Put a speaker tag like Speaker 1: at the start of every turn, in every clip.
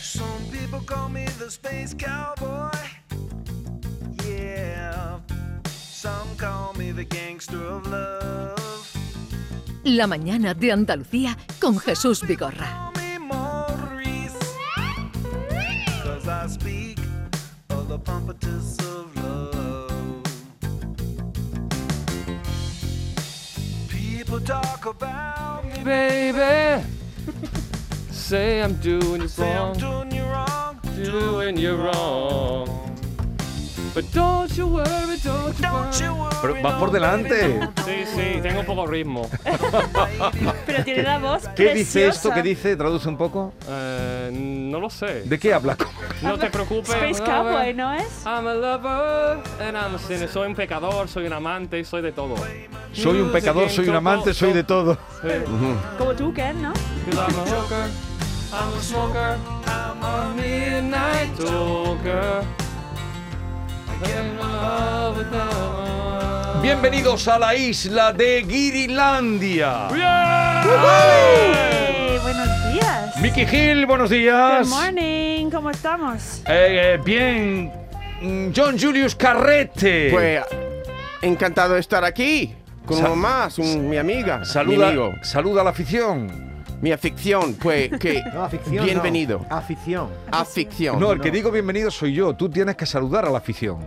Speaker 1: Some people call me the space cowboy. Yeah. Some call me the gangster of love.
Speaker 2: La mañana de Andalucía con Jesús Vigorra.
Speaker 1: Call me Maurice. Cause I speak of the pompatus of love. People talk about me.
Speaker 3: Baby, say I'm doing you
Speaker 1: Say I'm
Speaker 3: wrong,
Speaker 1: doing you wrong.
Speaker 3: doing you wrong. But don't you worry, don't you
Speaker 1: Don't you
Speaker 3: worry.
Speaker 1: worry,
Speaker 4: Pero vas por
Speaker 1: no, baby,
Speaker 4: delante.
Speaker 1: don't,
Speaker 3: Sí,
Speaker 1: don't
Speaker 3: sí, tengo poco ritmo.
Speaker 5: Pero tiene la voz
Speaker 4: ¿Qué dice esto?
Speaker 5: preciosa.
Speaker 4: ¿Qué dice? Traduce un poco.
Speaker 3: Eh, no lo sé.
Speaker 4: ¿De qué habla?
Speaker 3: No te preocupes.
Speaker 5: Space Cowboy, ¿no es?
Speaker 3: I'm a lover and I'm a sinner. Soy un pecador, soy un amante, soy de todo.
Speaker 4: Soy
Speaker 3: Mm,
Speaker 4: un pecador, soy un amante, soy de todo.
Speaker 3: Sí.
Speaker 5: Como tú, Ken, ¿no?
Speaker 3: Cause I'm a hooker, I'm a smoker, I'm a midnight talker. I get in love with the-
Speaker 4: Bienvenidos a la isla de Girilandia.
Speaker 5: Eh, buenos días.
Speaker 4: Vicky Gil, buenos
Speaker 5: Good
Speaker 4: días.
Speaker 5: morning, ¿cómo estamos?
Speaker 4: Eh, eh, bien. Mm, John Julius Carrete.
Speaker 6: Pues encantado de estar aquí con
Speaker 4: Sa-
Speaker 6: uno más, un- mi amiga, mi
Speaker 4: saluda,
Speaker 6: amigo,
Speaker 4: saluda a la afición.
Speaker 6: mi afición, pues que
Speaker 7: No, afición.
Speaker 6: bienvenido,
Speaker 7: no. Afición.
Speaker 6: afición.
Speaker 4: No, el que digo bienvenido soy yo. Tú tienes que saludar a la afición.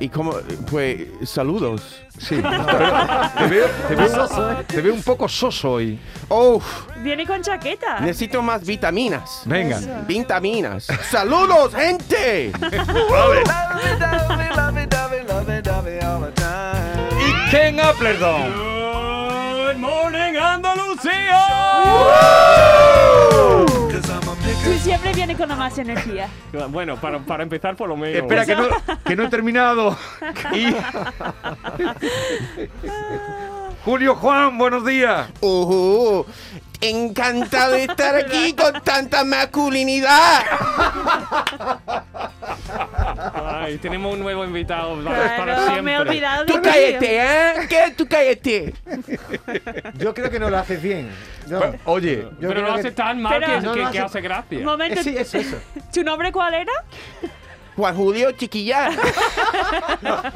Speaker 6: Y como, pues saludos.
Speaker 4: Sí. Pero te, veo, te
Speaker 7: ¿eh?
Speaker 4: veo- te veo un poco soso hoy.
Speaker 6: Oh,
Speaker 5: Viene con chaqueta.
Speaker 6: necesito más vitaminas.
Speaker 4: Venga.
Speaker 6: Vitaminas. Saludos, gente.
Speaker 1: Lovey-dovey, lovey-dovey, lovey-dovey all the time.
Speaker 4: Y Ken Appleton.
Speaker 3: Good morning, Andalucía.
Speaker 1: Cause I'm a
Speaker 5: Tú
Speaker 1: picker.
Speaker 5: siempre vienes con la más energía.
Speaker 3: Bueno, para, para empezar por lo menos.
Speaker 4: Espera, que no, que no he terminado. Y- Julio Juan, buenos días.
Speaker 6: Oh, encantado de estar aquí con tanta masculinidad.
Speaker 3: Ay, tenemos un nuevo invitado vamos, para
Speaker 5: Claro,
Speaker 3: siempre.
Speaker 5: me he olvidado de
Speaker 6: Tú
Speaker 5: ti.
Speaker 6: cállate, ¿eh? ¿Qué? Tú cállate.
Speaker 7: Yo creo que no lo haces bien. No.
Speaker 4: Oye,
Speaker 7: Yo
Speaker 3: Pues, Pero
Speaker 7: creo
Speaker 3: lo
Speaker 7: que-
Speaker 3: hace tan mal
Speaker 5: Espera.
Speaker 3: que,
Speaker 5: No,
Speaker 3: que-
Speaker 7: no
Speaker 3: que
Speaker 7: hace-
Speaker 3: hace gracia.
Speaker 5: Un momento.
Speaker 7: Sí, es eso.
Speaker 5: ¿Tu nombre cuál era?
Speaker 6: Juan Julio Chiquillar.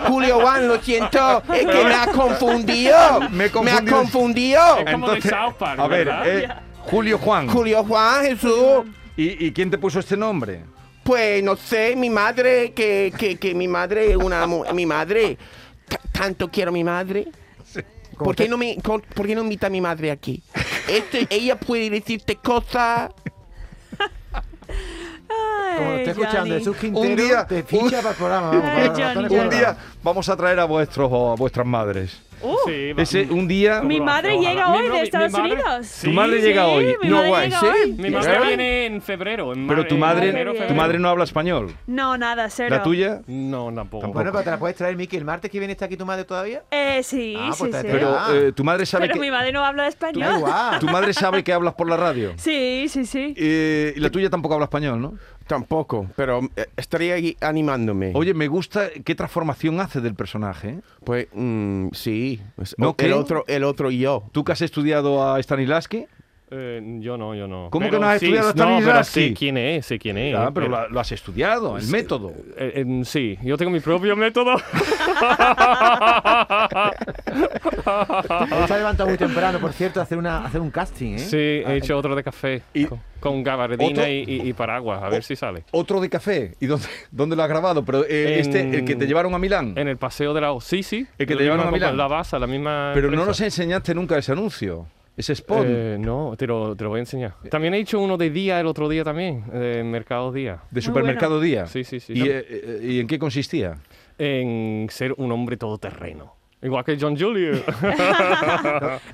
Speaker 6: Julio Juan, lo siento, es que me ha confundido.
Speaker 4: Me he
Speaker 6: ha
Speaker 4: confundido.
Speaker 6: confundido.
Speaker 3: Es como de South Park,
Speaker 4: a ver,
Speaker 3: ¿verdad?
Speaker 4: eh, Julio Juan.
Speaker 6: Julio Juan, Jesús.
Speaker 4: ¿Y, y quién te puso este nombre?
Speaker 6: Pues no sé, mi madre, que, que, que mi madre es una mu- mi madre. t- Tanto quiero a mi madre. ¿Por qué, no me, con- ¿Por qué no invita a mi madre aquí? Este- ella puede decirte cosas.
Speaker 5: Ay,
Speaker 7: Como lo estoy escuchando,
Speaker 5: Johnny.
Speaker 7: Jesús Quintero
Speaker 4: día-
Speaker 7: te ficha
Speaker 4: un-
Speaker 7: para el programa. Vamos, para
Speaker 5: Johnny,
Speaker 7: razones
Speaker 5: Johnny.
Speaker 4: Un
Speaker 7: que
Speaker 4: día vamos a traer a vuestros o a vuestras madres.
Speaker 5: Uh,
Speaker 3: Sí, va-
Speaker 4: Ese un día
Speaker 5: Mi madre
Speaker 3: Ojalá.
Speaker 5: llega
Speaker 3: Mi-
Speaker 5: hoy
Speaker 3: no,
Speaker 5: de
Speaker 3: mi- mi
Speaker 5: Estados
Speaker 3: madre-
Speaker 5: Unidos.
Speaker 3: Sí.
Speaker 4: tu madre
Speaker 5: Sí,
Speaker 4: llega hoy.
Speaker 5: Mi
Speaker 6: No,
Speaker 5: madre
Speaker 6: guay,
Speaker 5: llega
Speaker 6: sí.
Speaker 5: hoy.
Speaker 3: Mi madre
Speaker 6: ¿Eh?
Speaker 3: viene en febrero. en
Speaker 4: Pero
Speaker 3: mar-
Speaker 4: tu
Speaker 3: en
Speaker 4: madre,
Speaker 3: enero,
Speaker 4: tu
Speaker 3: febrero.
Speaker 4: madre no habla español.
Speaker 5: No, nada, cero.
Speaker 4: La tuya,
Speaker 3: No, tampoco.
Speaker 7: Bueno, pero te la puedes traer, Miki. ¿El martes que viene está aquí tu madre todavía?
Speaker 5: Eh, sí,
Speaker 7: Ah,
Speaker 5: sí,
Speaker 7: pues
Speaker 5: sí.
Speaker 7: te-
Speaker 4: pero
Speaker 7: Ah.
Speaker 4: eh, tu madre sabe
Speaker 5: Pero mi
Speaker 4: que
Speaker 5: madre no habla español.
Speaker 7: Da igual.
Speaker 4: tu madre sabe que hablas por la radio.
Speaker 5: Sí, sí, sí.
Speaker 4: Eh, y la tuya tampoco habla español, ¿no?
Speaker 6: Tampoco, pero eh, estaría aquí animándome.
Speaker 4: Oye, me gusta qué transformación hace del personaje. ¿eh?
Speaker 6: Pues mm, sí. Pues, o-
Speaker 4: ¿No
Speaker 6: el
Speaker 4: qué?
Speaker 6: otro, el otro yo.
Speaker 4: Tú que has estudiado a Stanislavski,
Speaker 3: Eh, yo no, yo no.
Speaker 4: ¿Cómo
Speaker 3: Pero
Speaker 4: que no has
Speaker 3: sí,
Speaker 4: estudiado
Speaker 3: no,
Speaker 4: Stanislavski?
Speaker 3: pero sé quién es, sé quién es.
Speaker 4: ah, pero la- lo has estudiado, el método. ¿Eh?
Speaker 3: Eh, eh, sí, yo tengo mi propio método.
Speaker 7: Hoy se ha levantado muy temprano, por cierto, a hacer, una, a hacer un casting, ¿eh?
Speaker 3: sí, he hecho otro de café
Speaker 4: Ah, Y-
Speaker 3: con, con gabardina
Speaker 4: otro- Oh,
Speaker 3: y, y- y paraguas, a ver si sale.
Speaker 4: Otro de café. ¿Y dónde, dónde lo has grabado? Pero eh, este,
Speaker 3: En-
Speaker 4: el que te llevaron a Milán.
Speaker 3: En el paseo de la sí, sí.
Speaker 4: El que
Speaker 3: la
Speaker 4: te llevaron
Speaker 3: misma
Speaker 4: a Milán.
Speaker 3: copa, La base, la misma.
Speaker 4: Pero no
Speaker 3: empresa.
Speaker 4: nos enseñaste nunca ese anuncio, ese spot.
Speaker 3: Eh, no, te lo, te lo voy a enseñar. También he hecho uno de día el otro día también, de Mercado Día.
Speaker 4: de Supermercado Día.
Speaker 3: Sí, sí, sí.
Speaker 4: ¿Y, eh, eh, ¿y en qué consistía?
Speaker 3: En ser un hombre todoterreno. Igual que John Julio.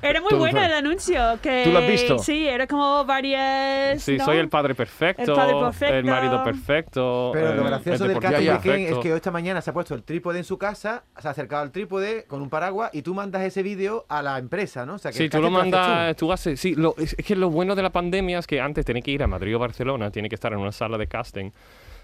Speaker 5: Era muy
Speaker 4: Todo
Speaker 5: bueno
Speaker 4: fue-
Speaker 5: el anuncio. Que...
Speaker 4: ¿Tú lo has visto?
Speaker 5: Sí, era como varias.
Speaker 3: Sí,
Speaker 5: ¿no?
Speaker 3: soy el padre perfecto.
Speaker 5: El padre perfecto.
Speaker 3: el marido perfecto.
Speaker 7: Pero lo
Speaker 3: el-
Speaker 7: gracioso
Speaker 3: el
Speaker 7: del
Speaker 3: deportista
Speaker 7: casting de Ken es
Speaker 3: perfecto.
Speaker 7: que esta mañana se ha puesto el trípode en su casa, se ha acercado al trípode con un paraguas y tú mandas ese vídeo a la empresa, ¿no? O sea, que
Speaker 3: Sí,
Speaker 7: el
Speaker 3: tú lo
Speaker 7: casting haces
Speaker 3: mandas, tú haces, sí, lo- es es que lo bueno de la pandemia es que antes tenía que ir a Madrid o Barcelona, tiene que estar en una sala de casting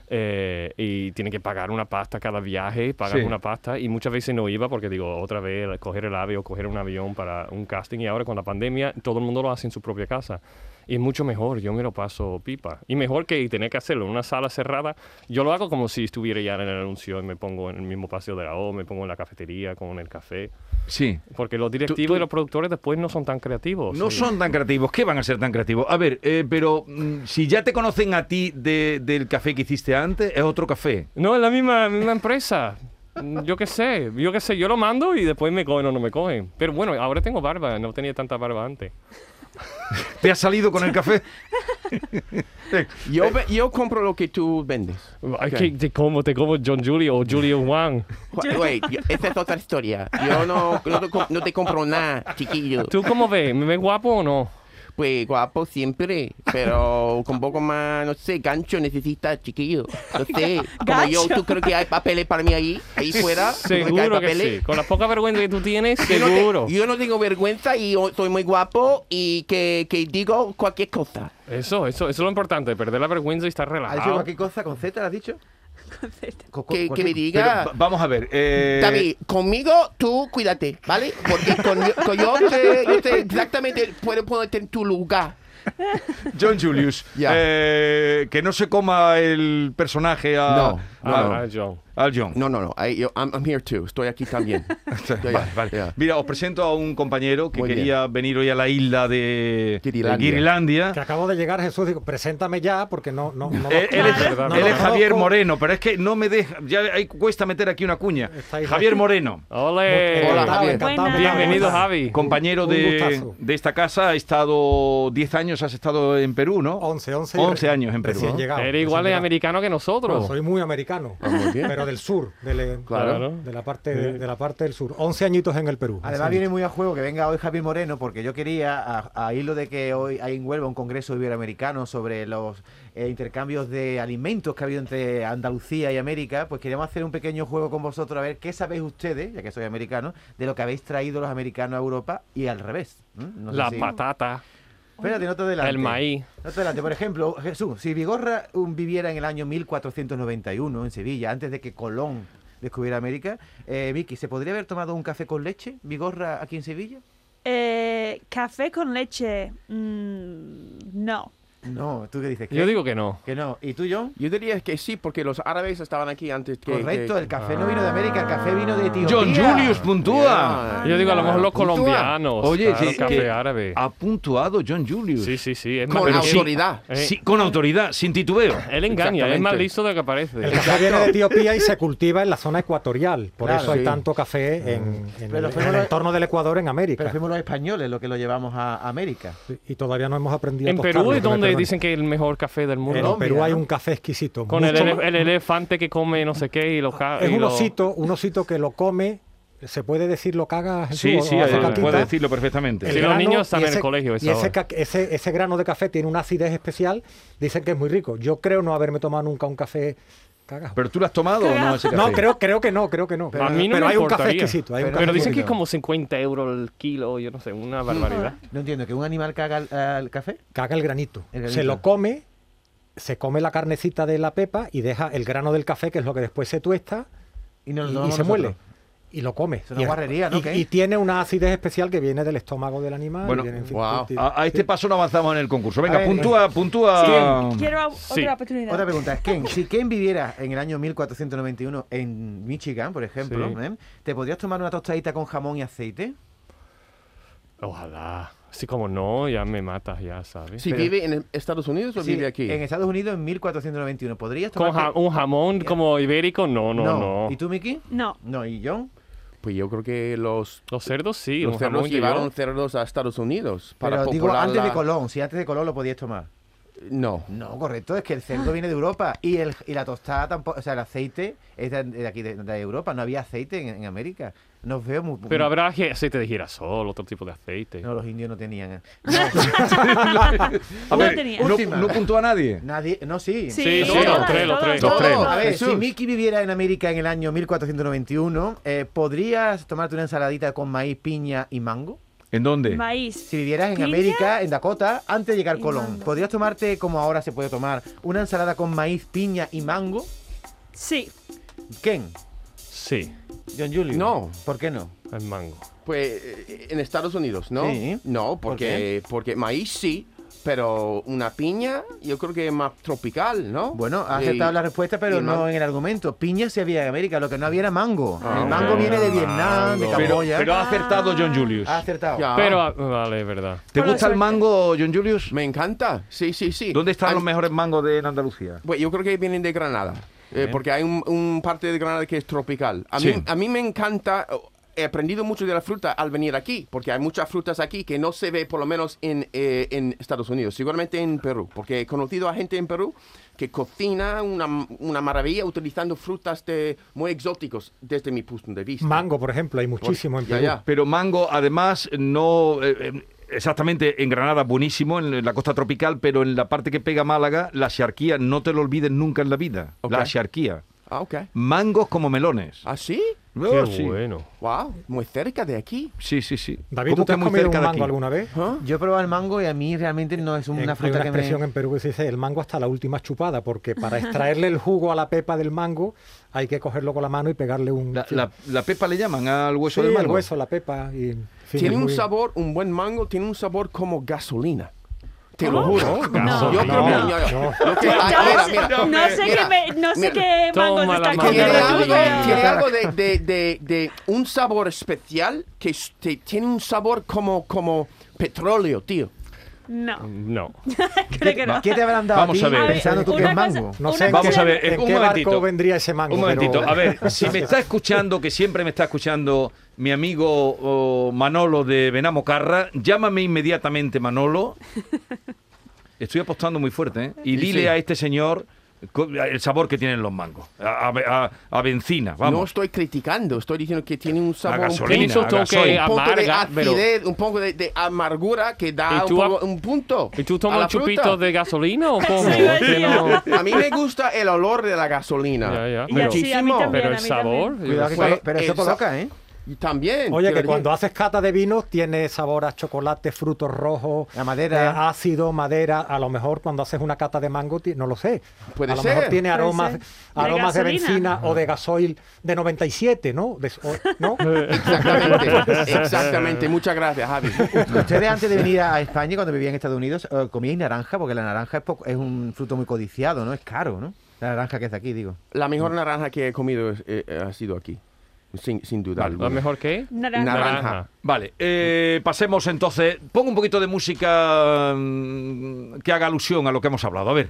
Speaker 3: eh, y tiene que pagar una pasta cada viaje, pagar
Speaker 4: Sí.
Speaker 3: una pasta y muchas veces no iba porque digo, otra vez coger el ave o coger un avión para un casting y ahora con la pandemia todo el mundo lo hace en su propia casa. Y es mucho mejor, yo me lo paso pipa. Y mejor que tener que hacerlo en una sala cerrada. Yo lo hago como si estuviera ya en el anuncio y me pongo en el mismo paseo de la O, me pongo en la cafetería con el café.
Speaker 4: Sí.
Speaker 3: Porque los directivos y los productores después no son tan creativos.
Speaker 4: No
Speaker 3: Sí.
Speaker 4: son tan creativos. ¿Qué van a ser tan creativos? A ver, eh, pero mm, si ya te conocen a ti de- del café que hiciste antes, es otro café.
Speaker 3: No, es la misma, misma empresa. Mm, Yo qué sé, yo qué sé, yo lo mando y después me cogen o no me cogen. Pero bueno, ahora tengo barba, no tenía tanta barba antes.
Speaker 4: ¿Te has salido con el café?
Speaker 6: Yo, ve- yo compro lo que tú vendes.
Speaker 3: Ay, que- te como, te como John Julio o Julio Juan.
Speaker 6: Ju- Wait, yo- esa es otra historia. Yo no, no, te, com- no te compro nada, chiquillo.
Speaker 3: ¿Tú cómo ves? ¿Me ves guapo o no?
Speaker 6: Pues guapo siempre, pero con poco más, no sé, gancho necesitas, chiquillo. No sé, como yo,
Speaker 5: Gancho.
Speaker 6: ¿tú crees que hay papeles para mí ahí, ahí fuera? ¿Tú crees hay
Speaker 3: Seguro que
Speaker 6: papeles?
Speaker 3: sí. Con la poca vergüenza que tú tienes,
Speaker 6: Yo no te-
Speaker 3: seguro.
Speaker 6: yo no tengo vergüenza y yo soy muy guapo y que, que digo cualquier cosa.
Speaker 3: Eso, eso, eso es lo importante, perder la vergüenza y estar
Speaker 7: ¿Ha dicho
Speaker 3: relajado.
Speaker 7: cualquier cosa con Z, ¿la has dicho? Co- co-
Speaker 6: Que, que me
Speaker 7: cualquier-
Speaker 4: Pero,
Speaker 6: diga,
Speaker 4: va- vamos a ver. eh,
Speaker 6: David, conmigo tú cuídate, ¿vale? Porque con, con yo, te- yo te exactamente puedo ponerte en tu lugar.
Speaker 4: John Julius,
Speaker 6: Ya.
Speaker 4: eh, que no se coma el personaje a,
Speaker 6: No,
Speaker 3: Ah,
Speaker 4: a-
Speaker 3: ah, John.
Speaker 4: al John.
Speaker 6: No, no, no, I- yo- I'm, I'm here too, estoy aquí también. Estoy-
Speaker 4: Vale, vale.
Speaker 6: yeah.
Speaker 4: Mira, os presento a un compañero que
Speaker 6: Muy bien.
Speaker 4: quería venir hoy a la isla de
Speaker 6: Guirilandia.
Speaker 4: de Guirilandia.
Speaker 8: Que acabo de llegar, Jesús, digo, preséntame ya, porque no... no, no
Speaker 4: Eh, Él, es,
Speaker 3: Claro.
Speaker 8: no
Speaker 4: él
Speaker 8: lo
Speaker 4: es Javier
Speaker 8: conozco.
Speaker 4: Moreno, pero es que no me deja. Ya ahí cuesta meter aquí una cuña.
Speaker 8: Está ahí,
Speaker 4: Javier
Speaker 8: Javier.
Speaker 4: Moreno,
Speaker 3: ¡Ole!
Speaker 6: Hola,
Speaker 8: Encantado,
Speaker 6: Javier.
Speaker 8: encantado,
Speaker 5: Buenas.
Speaker 8: encantado.
Speaker 3: Bienvenido,
Speaker 8: ¿Cómo estás?
Speaker 3: Javi.
Speaker 4: compañero
Speaker 8: Un
Speaker 4: de,
Speaker 8: gustazo.
Speaker 4: de esta casa, ha estado 10 años, has estado en Perú, ¿no?
Speaker 8: 11, 11,
Speaker 4: 11 años en Perú.
Speaker 8: Recién
Speaker 4: ¿no?
Speaker 8: llegado.
Speaker 3: Eres
Speaker 8: recién
Speaker 3: igual de
Speaker 8: llegado.
Speaker 3: americano que nosotros.
Speaker 8: No, soy muy americano, pero del sur, del-
Speaker 3: Claro.
Speaker 8: de, la parte, de, de la parte del sur. 11 añitos en el Perú.
Speaker 7: Además viene muy a juego que venga hoy Javier Moreno porque yo quería, a, a hilo de que hoy hay en Huelva un congreso iberoamericano sobre los eh, intercambios de alimentos que ha habido entre Andalucía y América, pues queríamos hacer un pequeño juego con vosotros a ver qué sabéis ustedes, ya que soy americano, de lo que habéis traído los americanos a Europa y al revés. ¿m?
Speaker 6: ¿Mm?
Speaker 7: No sé
Speaker 3: La
Speaker 7: si-
Speaker 3: patata,
Speaker 7: Espérate, no te adelantes.
Speaker 3: el maíz.
Speaker 7: No te adelantes. Por ejemplo, Jesús, si Vigorra um, viviera en el año 1491 en Sevilla, antes de que Colón descubriera América, eh, Vicky, ¿se podría haber tomado un café con leche Vigorra aquí en Sevilla?
Speaker 5: Eh, café con leche. mm, no.
Speaker 7: No, ¿tú qué dices? ¿Que-
Speaker 3: Yo digo que no.
Speaker 7: que no. ¿Y tú, John?
Speaker 6: Yo diría que sí, porque los árabes estaban aquí antes que...
Speaker 7: Correcto,
Speaker 6: que-
Speaker 7: el café no vino de América, el café vino de Etiopía.
Speaker 4: John Julius puntúa.
Speaker 6: Yeah.
Speaker 3: Yo digo, a lo mejor los
Speaker 4: Puntúa.
Speaker 3: colombianos.
Speaker 4: Oye,
Speaker 3: claro,
Speaker 4: sí,
Speaker 3: café
Speaker 4: que-
Speaker 3: árabe.
Speaker 4: Ha puntuado John Julius.
Speaker 3: Sí, sí, sí. Es
Speaker 6: Con
Speaker 3: más- sí,
Speaker 6: autoridad.
Speaker 3: eh,
Speaker 4: Sí, con autoridad, sin titubeo.
Speaker 3: Él engaña, es más
Speaker 6: Exactamente.
Speaker 3: listo de lo que
Speaker 8: El
Speaker 3: parece.
Speaker 8: café viene de Etiopía y se cultiva en la zona ecuatorial. Por
Speaker 7: Claro,
Speaker 8: eso hay
Speaker 6: sí.
Speaker 8: tanto café en, en
Speaker 7: Pero
Speaker 8: el,
Speaker 7: fue
Speaker 8: en el
Speaker 7: una-
Speaker 8: entorno del Ecuador en
Speaker 7: Pero
Speaker 8: América.
Speaker 7: fuimos los españoles los que lo llevamos a a América.
Speaker 8: Y todavía no hemos aprendido
Speaker 3: En
Speaker 8: a
Speaker 3: Perú
Speaker 8: tostarlo,
Speaker 3: es
Speaker 8: que me
Speaker 3: donde
Speaker 8: perdonen.
Speaker 3: dicen que es el mejor café del
Speaker 8: En
Speaker 3: mundo.
Speaker 8: Perú hay
Speaker 7: ¿no?
Speaker 8: un café exquisito.
Speaker 3: Con el,
Speaker 8: mucho-
Speaker 3: ele- el elefante que come no sé qué y lo ca-
Speaker 8: es
Speaker 3: y
Speaker 8: un
Speaker 3: lo-
Speaker 8: osito, un osito que lo come. ¿Se puede decir lo caga Jesús?
Speaker 4: Sí,
Speaker 8: o-
Speaker 4: sí,
Speaker 8: o hace
Speaker 4: eh,
Speaker 8: caquita?
Speaker 4: puede decirlo perfectamente.
Speaker 3: Sí, los
Speaker 8: grano
Speaker 3: niños están
Speaker 8: y
Speaker 3: en el colegio a esa
Speaker 8: Y ese,
Speaker 3: hora.
Speaker 8: ca- ese, ese grano de café tiene una acidez especial. Dicen que es muy rico. Yo creo no haberme tomado nunca un café cagajo.
Speaker 4: ¿Pero tú lo has tomado o no ese café?
Speaker 8: no, creo, creo que no, creo que no.
Speaker 3: A mí no
Speaker 8: pero
Speaker 3: me
Speaker 8: hay un café
Speaker 3: importaría.
Speaker 8: exquisito. Hay un
Speaker 3: pero
Speaker 8: café
Speaker 3: dicen que es
Speaker 8: exquisito.
Speaker 3: como 50 euros el kilo, yo no sé, una barbaridad.
Speaker 7: No entiendo, ¿que un animal caga el, al café?
Speaker 8: Caga el granito.
Speaker 7: El granito.
Speaker 8: Se lo come, se come la carnecita de la pepa y deja el grano del café, que es lo que después se tuesta
Speaker 7: Y, nos
Speaker 8: y,
Speaker 7: lo
Speaker 8: y se
Speaker 7: tomamos nosotros.
Speaker 8: muele. Y lo come.
Speaker 7: Es una
Speaker 8: Y es-
Speaker 7: guarrería, ¿no?
Speaker 8: y-
Speaker 7: ¿Qué?
Speaker 8: y tiene una acidez especial que viene del estómago del animal. y
Speaker 4: Bueno,
Speaker 8: viene, en fin,
Speaker 6: wow.
Speaker 8: ti- ti-
Speaker 4: A, a este
Speaker 8: sí.
Speaker 4: paso no avanzamos en el concurso.
Speaker 7: A
Speaker 4: Venga,
Speaker 7: ver,
Speaker 4: puntúa, puntúa.
Speaker 5: Ah, Quiero a-
Speaker 3: um, Sí.
Speaker 5: otra oportunidad.
Speaker 7: Otra pregunta es, Ken, si Ken viviera en el año 1491 en Michigan, por ejemplo,
Speaker 3: Sí.
Speaker 7: ¿eh? ¿te podrías tomar una tostadita con jamón y aceite?
Speaker 3: Ojalá. Así como no, ya me matas, ya sabes.
Speaker 6: Si vive en Estados Unidos o
Speaker 7: Sí,
Speaker 6: vive aquí.
Speaker 7: En Estados Unidos en 1491. ¿Podrías
Speaker 3: Con
Speaker 7: tomar
Speaker 3: ja- un jamón como ibérico, no, no, no.
Speaker 7: ¿Y tú, Miki?
Speaker 5: No.
Speaker 7: No, ¿y John?
Speaker 6: Pues yo creo que los,
Speaker 3: Los cerdos sí,
Speaker 6: los
Speaker 3: un jamón
Speaker 6: cerdos
Speaker 3: que yo-
Speaker 6: llevaron cerdos a Estados Unidos para
Speaker 7: Pero digo,
Speaker 6: popular
Speaker 7: antes de
Speaker 6: la-
Speaker 7: Colón, si antes de Colón lo podías tomar.
Speaker 6: No.
Speaker 7: No, correcto, es que el cerdo viene de Europa y, el, y la tostada tampoco, o sea, el aceite es de, de aquí, de, de Europa, no había aceite en, en América. Nos veo muy...
Speaker 3: Pero habrá ge- aceite de girasol, otro tipo de aceite.
Speaker 7: No, los indios no tenían... eh.
Speaker 4: A
Speaker 5: No
Speaker 4: ver,
Speaker 5: tenía.
Speaker 4: no,
Speaker 7: Última.
Speaker 4: no puntúa nadie.
Speaker 7: Nadie, no, sí.
Speaker 3: Sí,
Speaker 5: Sí,
Speaker 3: sí,
Speaker 5: todas,
Speaker 3: los tres, los
Speaker 5: todas,
Speaker 3: tres.
Speaker 5: todas.
Speaker 4: Los tres.
Speaker 7: A ver,
Speaker 6: Jesús.
Speaker 7: si Mickey viviera en América en el año 1491, eh, ¿podrías tomarte una ensaladita con maíz, piña y mango?
Speaker 4: ¿En dónde?
Speaker 5: Maíz.
Speaker 7: Si vivieras en
Speaker 5: ¿Piña?
Speaker 7: América, en Dakota, antes de llegar
Speaker 5: Y
Speaker 7: Colón,
Speaker 5: mango.
Speaker 7: ¿podrías tomarte, como ahora se puede tomar, una ensalada con maíz, piña y mango?
Speaker 5: Sí.
Speaker 7: Ken,
Speaker 3: Sí,
Speaker 7: John Julio.
Speaker 6: No.
Speaker 7: ¿Por qué no?
Speaker 3: el mango.
Speaker 6: Pues eh, en Estados Unidos, ¿no?
Speaker 7: Sí.
Speaker 6: No,
Speaker 7: ¿Por
Speaker 6: porque, porque maíz sí, pero una piña yo creo que es más tropical, ¿no? Eh,
Speaker 7: Bueno, has
Speaker 6: Y-
Speaker 7: aceptado la respuesta, pero
Speaker 6: y
Speaker 7: no
Speaker 6: man-
Speaker 7: en el argumento. Piña sí había en América, lo que no había era mango.
Speaker 6: Ah,
Speaker 7: el mango
Speaker 3: ok.
Speaker 7: viene de Vietnam, de
Speaker 6: Mango.
Speaker 4: Pero,
Speaker 7: Camboya.
Speaker 4: pero ha acertado John Julius.
Speaker 7: Ha acertado.
Speaker 6: Ya.
Speaker 3: Pero, ah, vale, es verdad.
Speaker 4: ¿Te
Speaker 5: Por la
Speaker 4: gusta el
Speaker 5: suerte.
Speaker 4: mango, John Julius?
Speaker 6: Me encanta, sí, sí, sí.
Speaker 4: ¿Dónde están
Speaker 6: Hay-
Speaker 4: los mejores mangos de Andalucía?
Speaker 6: Pues yo creo que vienen de Granada, eh, porque hay un, un parte de Granada que es tropical. A mí,
Speaker 4: Sí.
Speaker 6: a mí me encanta, oh, he aprendido mucho de la fruta al venir aquí, porque hay muchas frutas aquí que no se ve por lo menos en, eh, en Estados Unidos, seguramente en Perú, porque he conocido a gente en Perú que cocina una, una maravilla utilizando frutas de, muy exóticos desde mi punto de vista.
Speaker 8: Mango, por ejemplo, hay muchísimo en
Speaker 6: Ya,
Speaker 8: Perú.
Speaker 6: ya.
Speaker 4: Eh, Pero mango, además, no. eh, eh, Exactamente, en Granada buenísimo, en la costa tropical, pero en la parte que pega Málaga, la charquía, no te lo olvides nunca en la vida.
Speaker 6: Ok.
Speaker 4: La charquía.
Speaker 6: Ah, ok.
Speaker 4: Mangos como melones.
Speaker 6: ¿Ah, sí?
Speaker 3: Qué
Speaker 4: Oh, sí.
Speaker 3: bueno.
Speaker 6: Wow, muy cerca de aquí.
Speaker 4: Sí, sí, sí.
Speaker 8: David,
Speaker 4: ¿Cómo
Speaker 8: ¿tú te
Speaker 4: que
Speaker 8: has
Speaker 4: muy
Speaker 8: comido un
Speaker 4: cerca de aquí?
Speaker 8: mango alguna vez?
Speaker 6: ¿Ah?
Speaker 7: Yo he probado el mango y a mí realmente no es
Speaker 8: En-
Speaker 7: una
Speaker 8: hay
Speaker 7: fruta
Speaker 8: una
Speaker 7: que
Speaker 8: expresión
Speaker 7: me...
Speaker 8: en Perú que se dice el mango hasta la última chupada, porque para extraerle el jugo a la pepa del mango hay que cogerlo con la mano y pegarle un...
Speaker 4: La, la- la pepa le llaman al
Speaker 8: Sí,
Speaker 4: hueso del
Speaker 8: el
Speaker 4: mango.
Speaker 8: hueso, la pepa. y, en fin,
Speaker 6: Tiene
Speaker 8: es
Speaker 6: un
Speaker 8: muy-
Speaker 6: sabor, un buen mango, tiene un sabor como gasolina. Te lo
Speaker 5: ¿Cómo?
Speaker 6: juro.
Speaker 5: Oh, No.
Speaker 6: Yo creo que.
Speaker 5: No.
Speaker 6: yo- yo-
Speaker 8: No.
Speaker 6: yo que- ay,
Speaker 5: Entonces,
Speaker 6: mira, mira,
Speaker 5: no sé
Speaker 6: mira,
Speaker 5: qué, me- no sé
Speaker 6: mira.
Speaker 5: qué mango te
Speaker 3: Toma la
Speaker 5: estás
Speaker 3: mano.
Speaker 5: comiendo
Speaker 6: Tiene
Speaker 5: tú,
Speaker 6: algo, tiene
Speaker 5: pero-
Speaker 6: algo de, de- de- de un sabor especial que s- te- tiene un sabor como, como petróleo, tío.
Speaker 5: No,
Speaker 3: No.
Speaker 5: creo que no.
Speaker 7: ¿Qué te habrán dado
Speaker 4: Vamos
Speaker 7: a
Speaker 4: a
Speaker 7: ti
Speaker 4: ver.
Speaker 7: pensando tú que
Speaker 5: Una
Speaker 7: es
Speaker 5: cosa-
Speaker 7: mango?
Speaker 8: No
Speaker 5: una
Speaker 8: sé en qué-
Speaker 5: cosa
Speaker 4: Vamos
Speaker 5: es-
Speaker 4: a ver, eh,
Speaker 8: ¿En
Speaker 4: un
Speaker 8: qué
Speaker 4: momentito.
Speaker 8: barco vendría ese mango?
Speaker 4: Un
Speaker 8: Pero-
Speaker 4: momentito, a ver, si me está escuchando, que siempre me está escuchando mi amigo oh, Manolo de Benamo Carra, llámame inmediatamente Manolo. Estoy apostando muy fuerte, ¿eh? Y
Speaker 6: Sí,
Speaker 4: dile
Speaker 6: sí.
Speaker 4: a este señor co- el sabor que tienen los mangos. A, a- a- a bencina,
Speaker 6: No
Speaker 4: vamos.
Speaker 6: estoy criticando, estoy diciendo que tiene un sabor. un
Speaker 4: gasolina.
Speaker 3: Tiene
Speaker 4: Lina,
Speaker 3: su toque
Speaker 4: gasoil.
Speaker 6: poco- Un poco de
Speaker 3: amarga, pero...
Speaker 6: acidez, un poco de, de amargura que
Speaker 3: ¿Y
Speaker 6: da un,
Speaker 3: tú ha-
Speaker 6: poco- un punto.
Speaker 3: ¿Y tú
Speaker 6: a
Speaker 3: tomas
Speaker 6: la
Speaker 3: un chupito
Speaker 6: fruta.
Speaker 3: de gasolina o cómo?
Speaker 5: Sí,
Speaker 3: Es que no-
Speaker 6: A mí me gusta el olor de la gasolina.
Speaker 3: Ya, ya.
Speaker 5: Ya, sí, a mí
Speaker 6: Muchísimo.
Speaker 5: también,
Speaker 3: Pero
Speaker 5: a
Speaker 3: el
Speaker 5: mí
Speaker 3: sabor...
Speaker 5: también.
Speaker 3: yo
Speaker 7: Cuidado
Speaker 3: qué
Speaker 7: que
Speaker 3: sé.
Speaker 6: Fue-
Speaker 7: eso- pero eso
Speaker 6: esa-
Speaker 7: provoca, ¿eh?
Speaker 6: Y también.
Speaker 8: Oye, que
Speaker 6: teoría.
Speaker 8: cuando haces cata de vinos tiene sabor a chocolate, frutos rojos,
Speaker 7: La madera.
Speaker 8: eh, ácido, madera. A lo mejor cuando haces una cata de mango, ti- no lo sé.
Speaker 6: Puede
Speaker 8: a lo
Speaker 6: ser.
Speaker 8: mejor tiene
Speaker 5: Puede
Speaker 8: aromas,
Speaker 5: ser. De
Speaker 8: aromas de,
Speaker 5: gasolina.
Speaker 8: benzina o de gasoil de 97, ¿no? De- o- ¿no?
Speaker 6: Exactamente, exactamente. Muchas gracias, Javi.
Speaker 7: Ustedes antes de venir a España, cuando vivían en Estados Unidos, eh, comíais naranja, porque la naranja es, poco- es un fruto muy codiciado, ¿no? Es caro, ¿no? La naranja que es de aquí, digo. Mm.
Speaker 6: La mejor naranja que he comido es- eh, ha sido aquí, sin, sin duda.
Speaker 3: ¿Lo
Speaker 6: alguna.
Speaker 3: mejor qué?
Speaker 5: Naranja.
Speaker 6: Naranja.
Speaker 4: Vale, eh, pasemos entonces. Pongo un poquito de música mm, que haga alusión a lo que hemos hablado. A ver.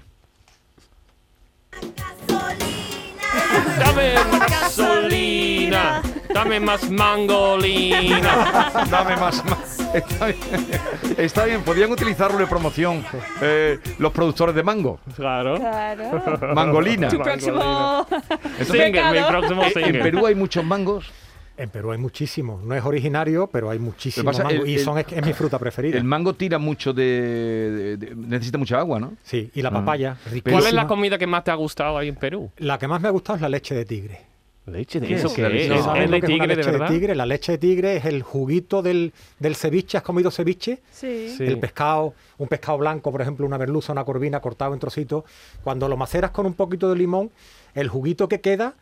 Speaker 3: Dame más gasolina, dame más mangolina.
Speaker 4: Dame más, más. Está bien. Está bien, podían utilizarlo de promoción eh, los productores de mango.
Speaker 3: Claro.
Speaker 5: Claro.
Speaker 4: Mangolina.
Speaker 5: Tu próximo.
Speaker 3: Singer, mi
Speaker 5: Pecado.
Speaker 3: próximo
Speaker 4: En
Speaker 3: singer.
Speaker 4: Perú hay muchos mangos.
Speaker 8: En Perú hay muchísimo. No es originario, pero hay muchísimo
Speaker 4: pasa,
Speaker 8: mango.
Speaker 4: el-
Speaker 8: y
Speaker 4: el-
Speaker 8: son, es, es mi fruta preferida.
Speaker 4: El mango tira mucho de, de- de- Necesita mucha agua, ¿no? Mm.
Speaker 8: sí, y la papaya.
Speaker 3: ¿Cuál es la
Speaker 8: riquísima.
Speaker 3: comida que más te ha gustado ahí en Perú?
Speaker 8: La que más me ha gustado es la leche de tigre.
Speaker 3: Leche de
Speaker 4: ¿Qué
Speaker 3: eso
Speaker 4: es?
Speaker 3: que
Speaker 4: La
Speaker 3: es,
Speaker 4: leche-
Speaker 3: ¿Es-
Speaker 4: No,
Speaker 8: ¿Sabes
Speaker 3: es
Speaker 8: lo
Speaker 3: de
Speaker 8: que es una
Speaker 3: tigre de
Speaker 8: leche
Speaker 3: verdad.
Speaker 8: tigre? La leche de tigre es el juguito del, del ceviche. ¿Has comido ceviche?
Speaker 5: Sí.
Speaker 3: Sí.
Speaker 8: El pescado, un pescado blanco, por ejemplo, una merluza, una corvina cortado en trocitos. Cuando lo maceras con un poquito de limón, el juguito que queda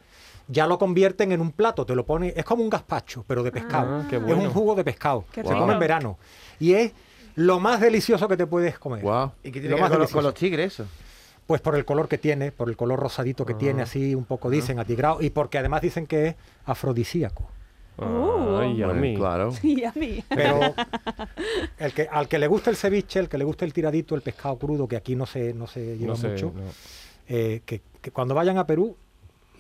Speaker 8: ya lo convierten en un plato. Te lo pone, es como un gazpacho, pero de pescado.
Speaker 3: Ah, qué
Speaker 8: Es
Speaker 3: bueno.
Speaker 8: un jugo de pescado.
Speaker 5: Qué
Speaker 8: Se come
Speaker 5: rico.
Speaker 8: en verano. Y es lo más delicioso que te puedes comer.
Speaker 6: Wow.
Speaker 7: ¿Y qué
Speaker 8: Lo
Speaker 7: tiene que
Speaker 8: más
Speaker 7: ver con, los-
Speaker 8: delicioso.
Speaker 7: con los tigres eso?
Speaker 8: Pues por el color que tiene, por el color rosadito que
Speaker 3: Ah.
Speaker 8: tiene, así un poco dicen, atigrado, y porque además dicen que es afrodisíaco.
Speaker 5: Uh.
Speaker 3: Ah, Ay, a
Speaker 6: Bueno,
Speaker 3: mí.
Speaker 6: Claro.
Speaker 5: Y a mí.
Speaker 8: Pero el que, al que le gusta el ceviche, el que le gusta el tiradito, el pescado crudo, que aquí no se, no se lleva
Speaker 3: No sé,
Speaker 8: mucho,
Speaker 3: no.
Speaker 8: eh, que, que cuando vayan a Perú,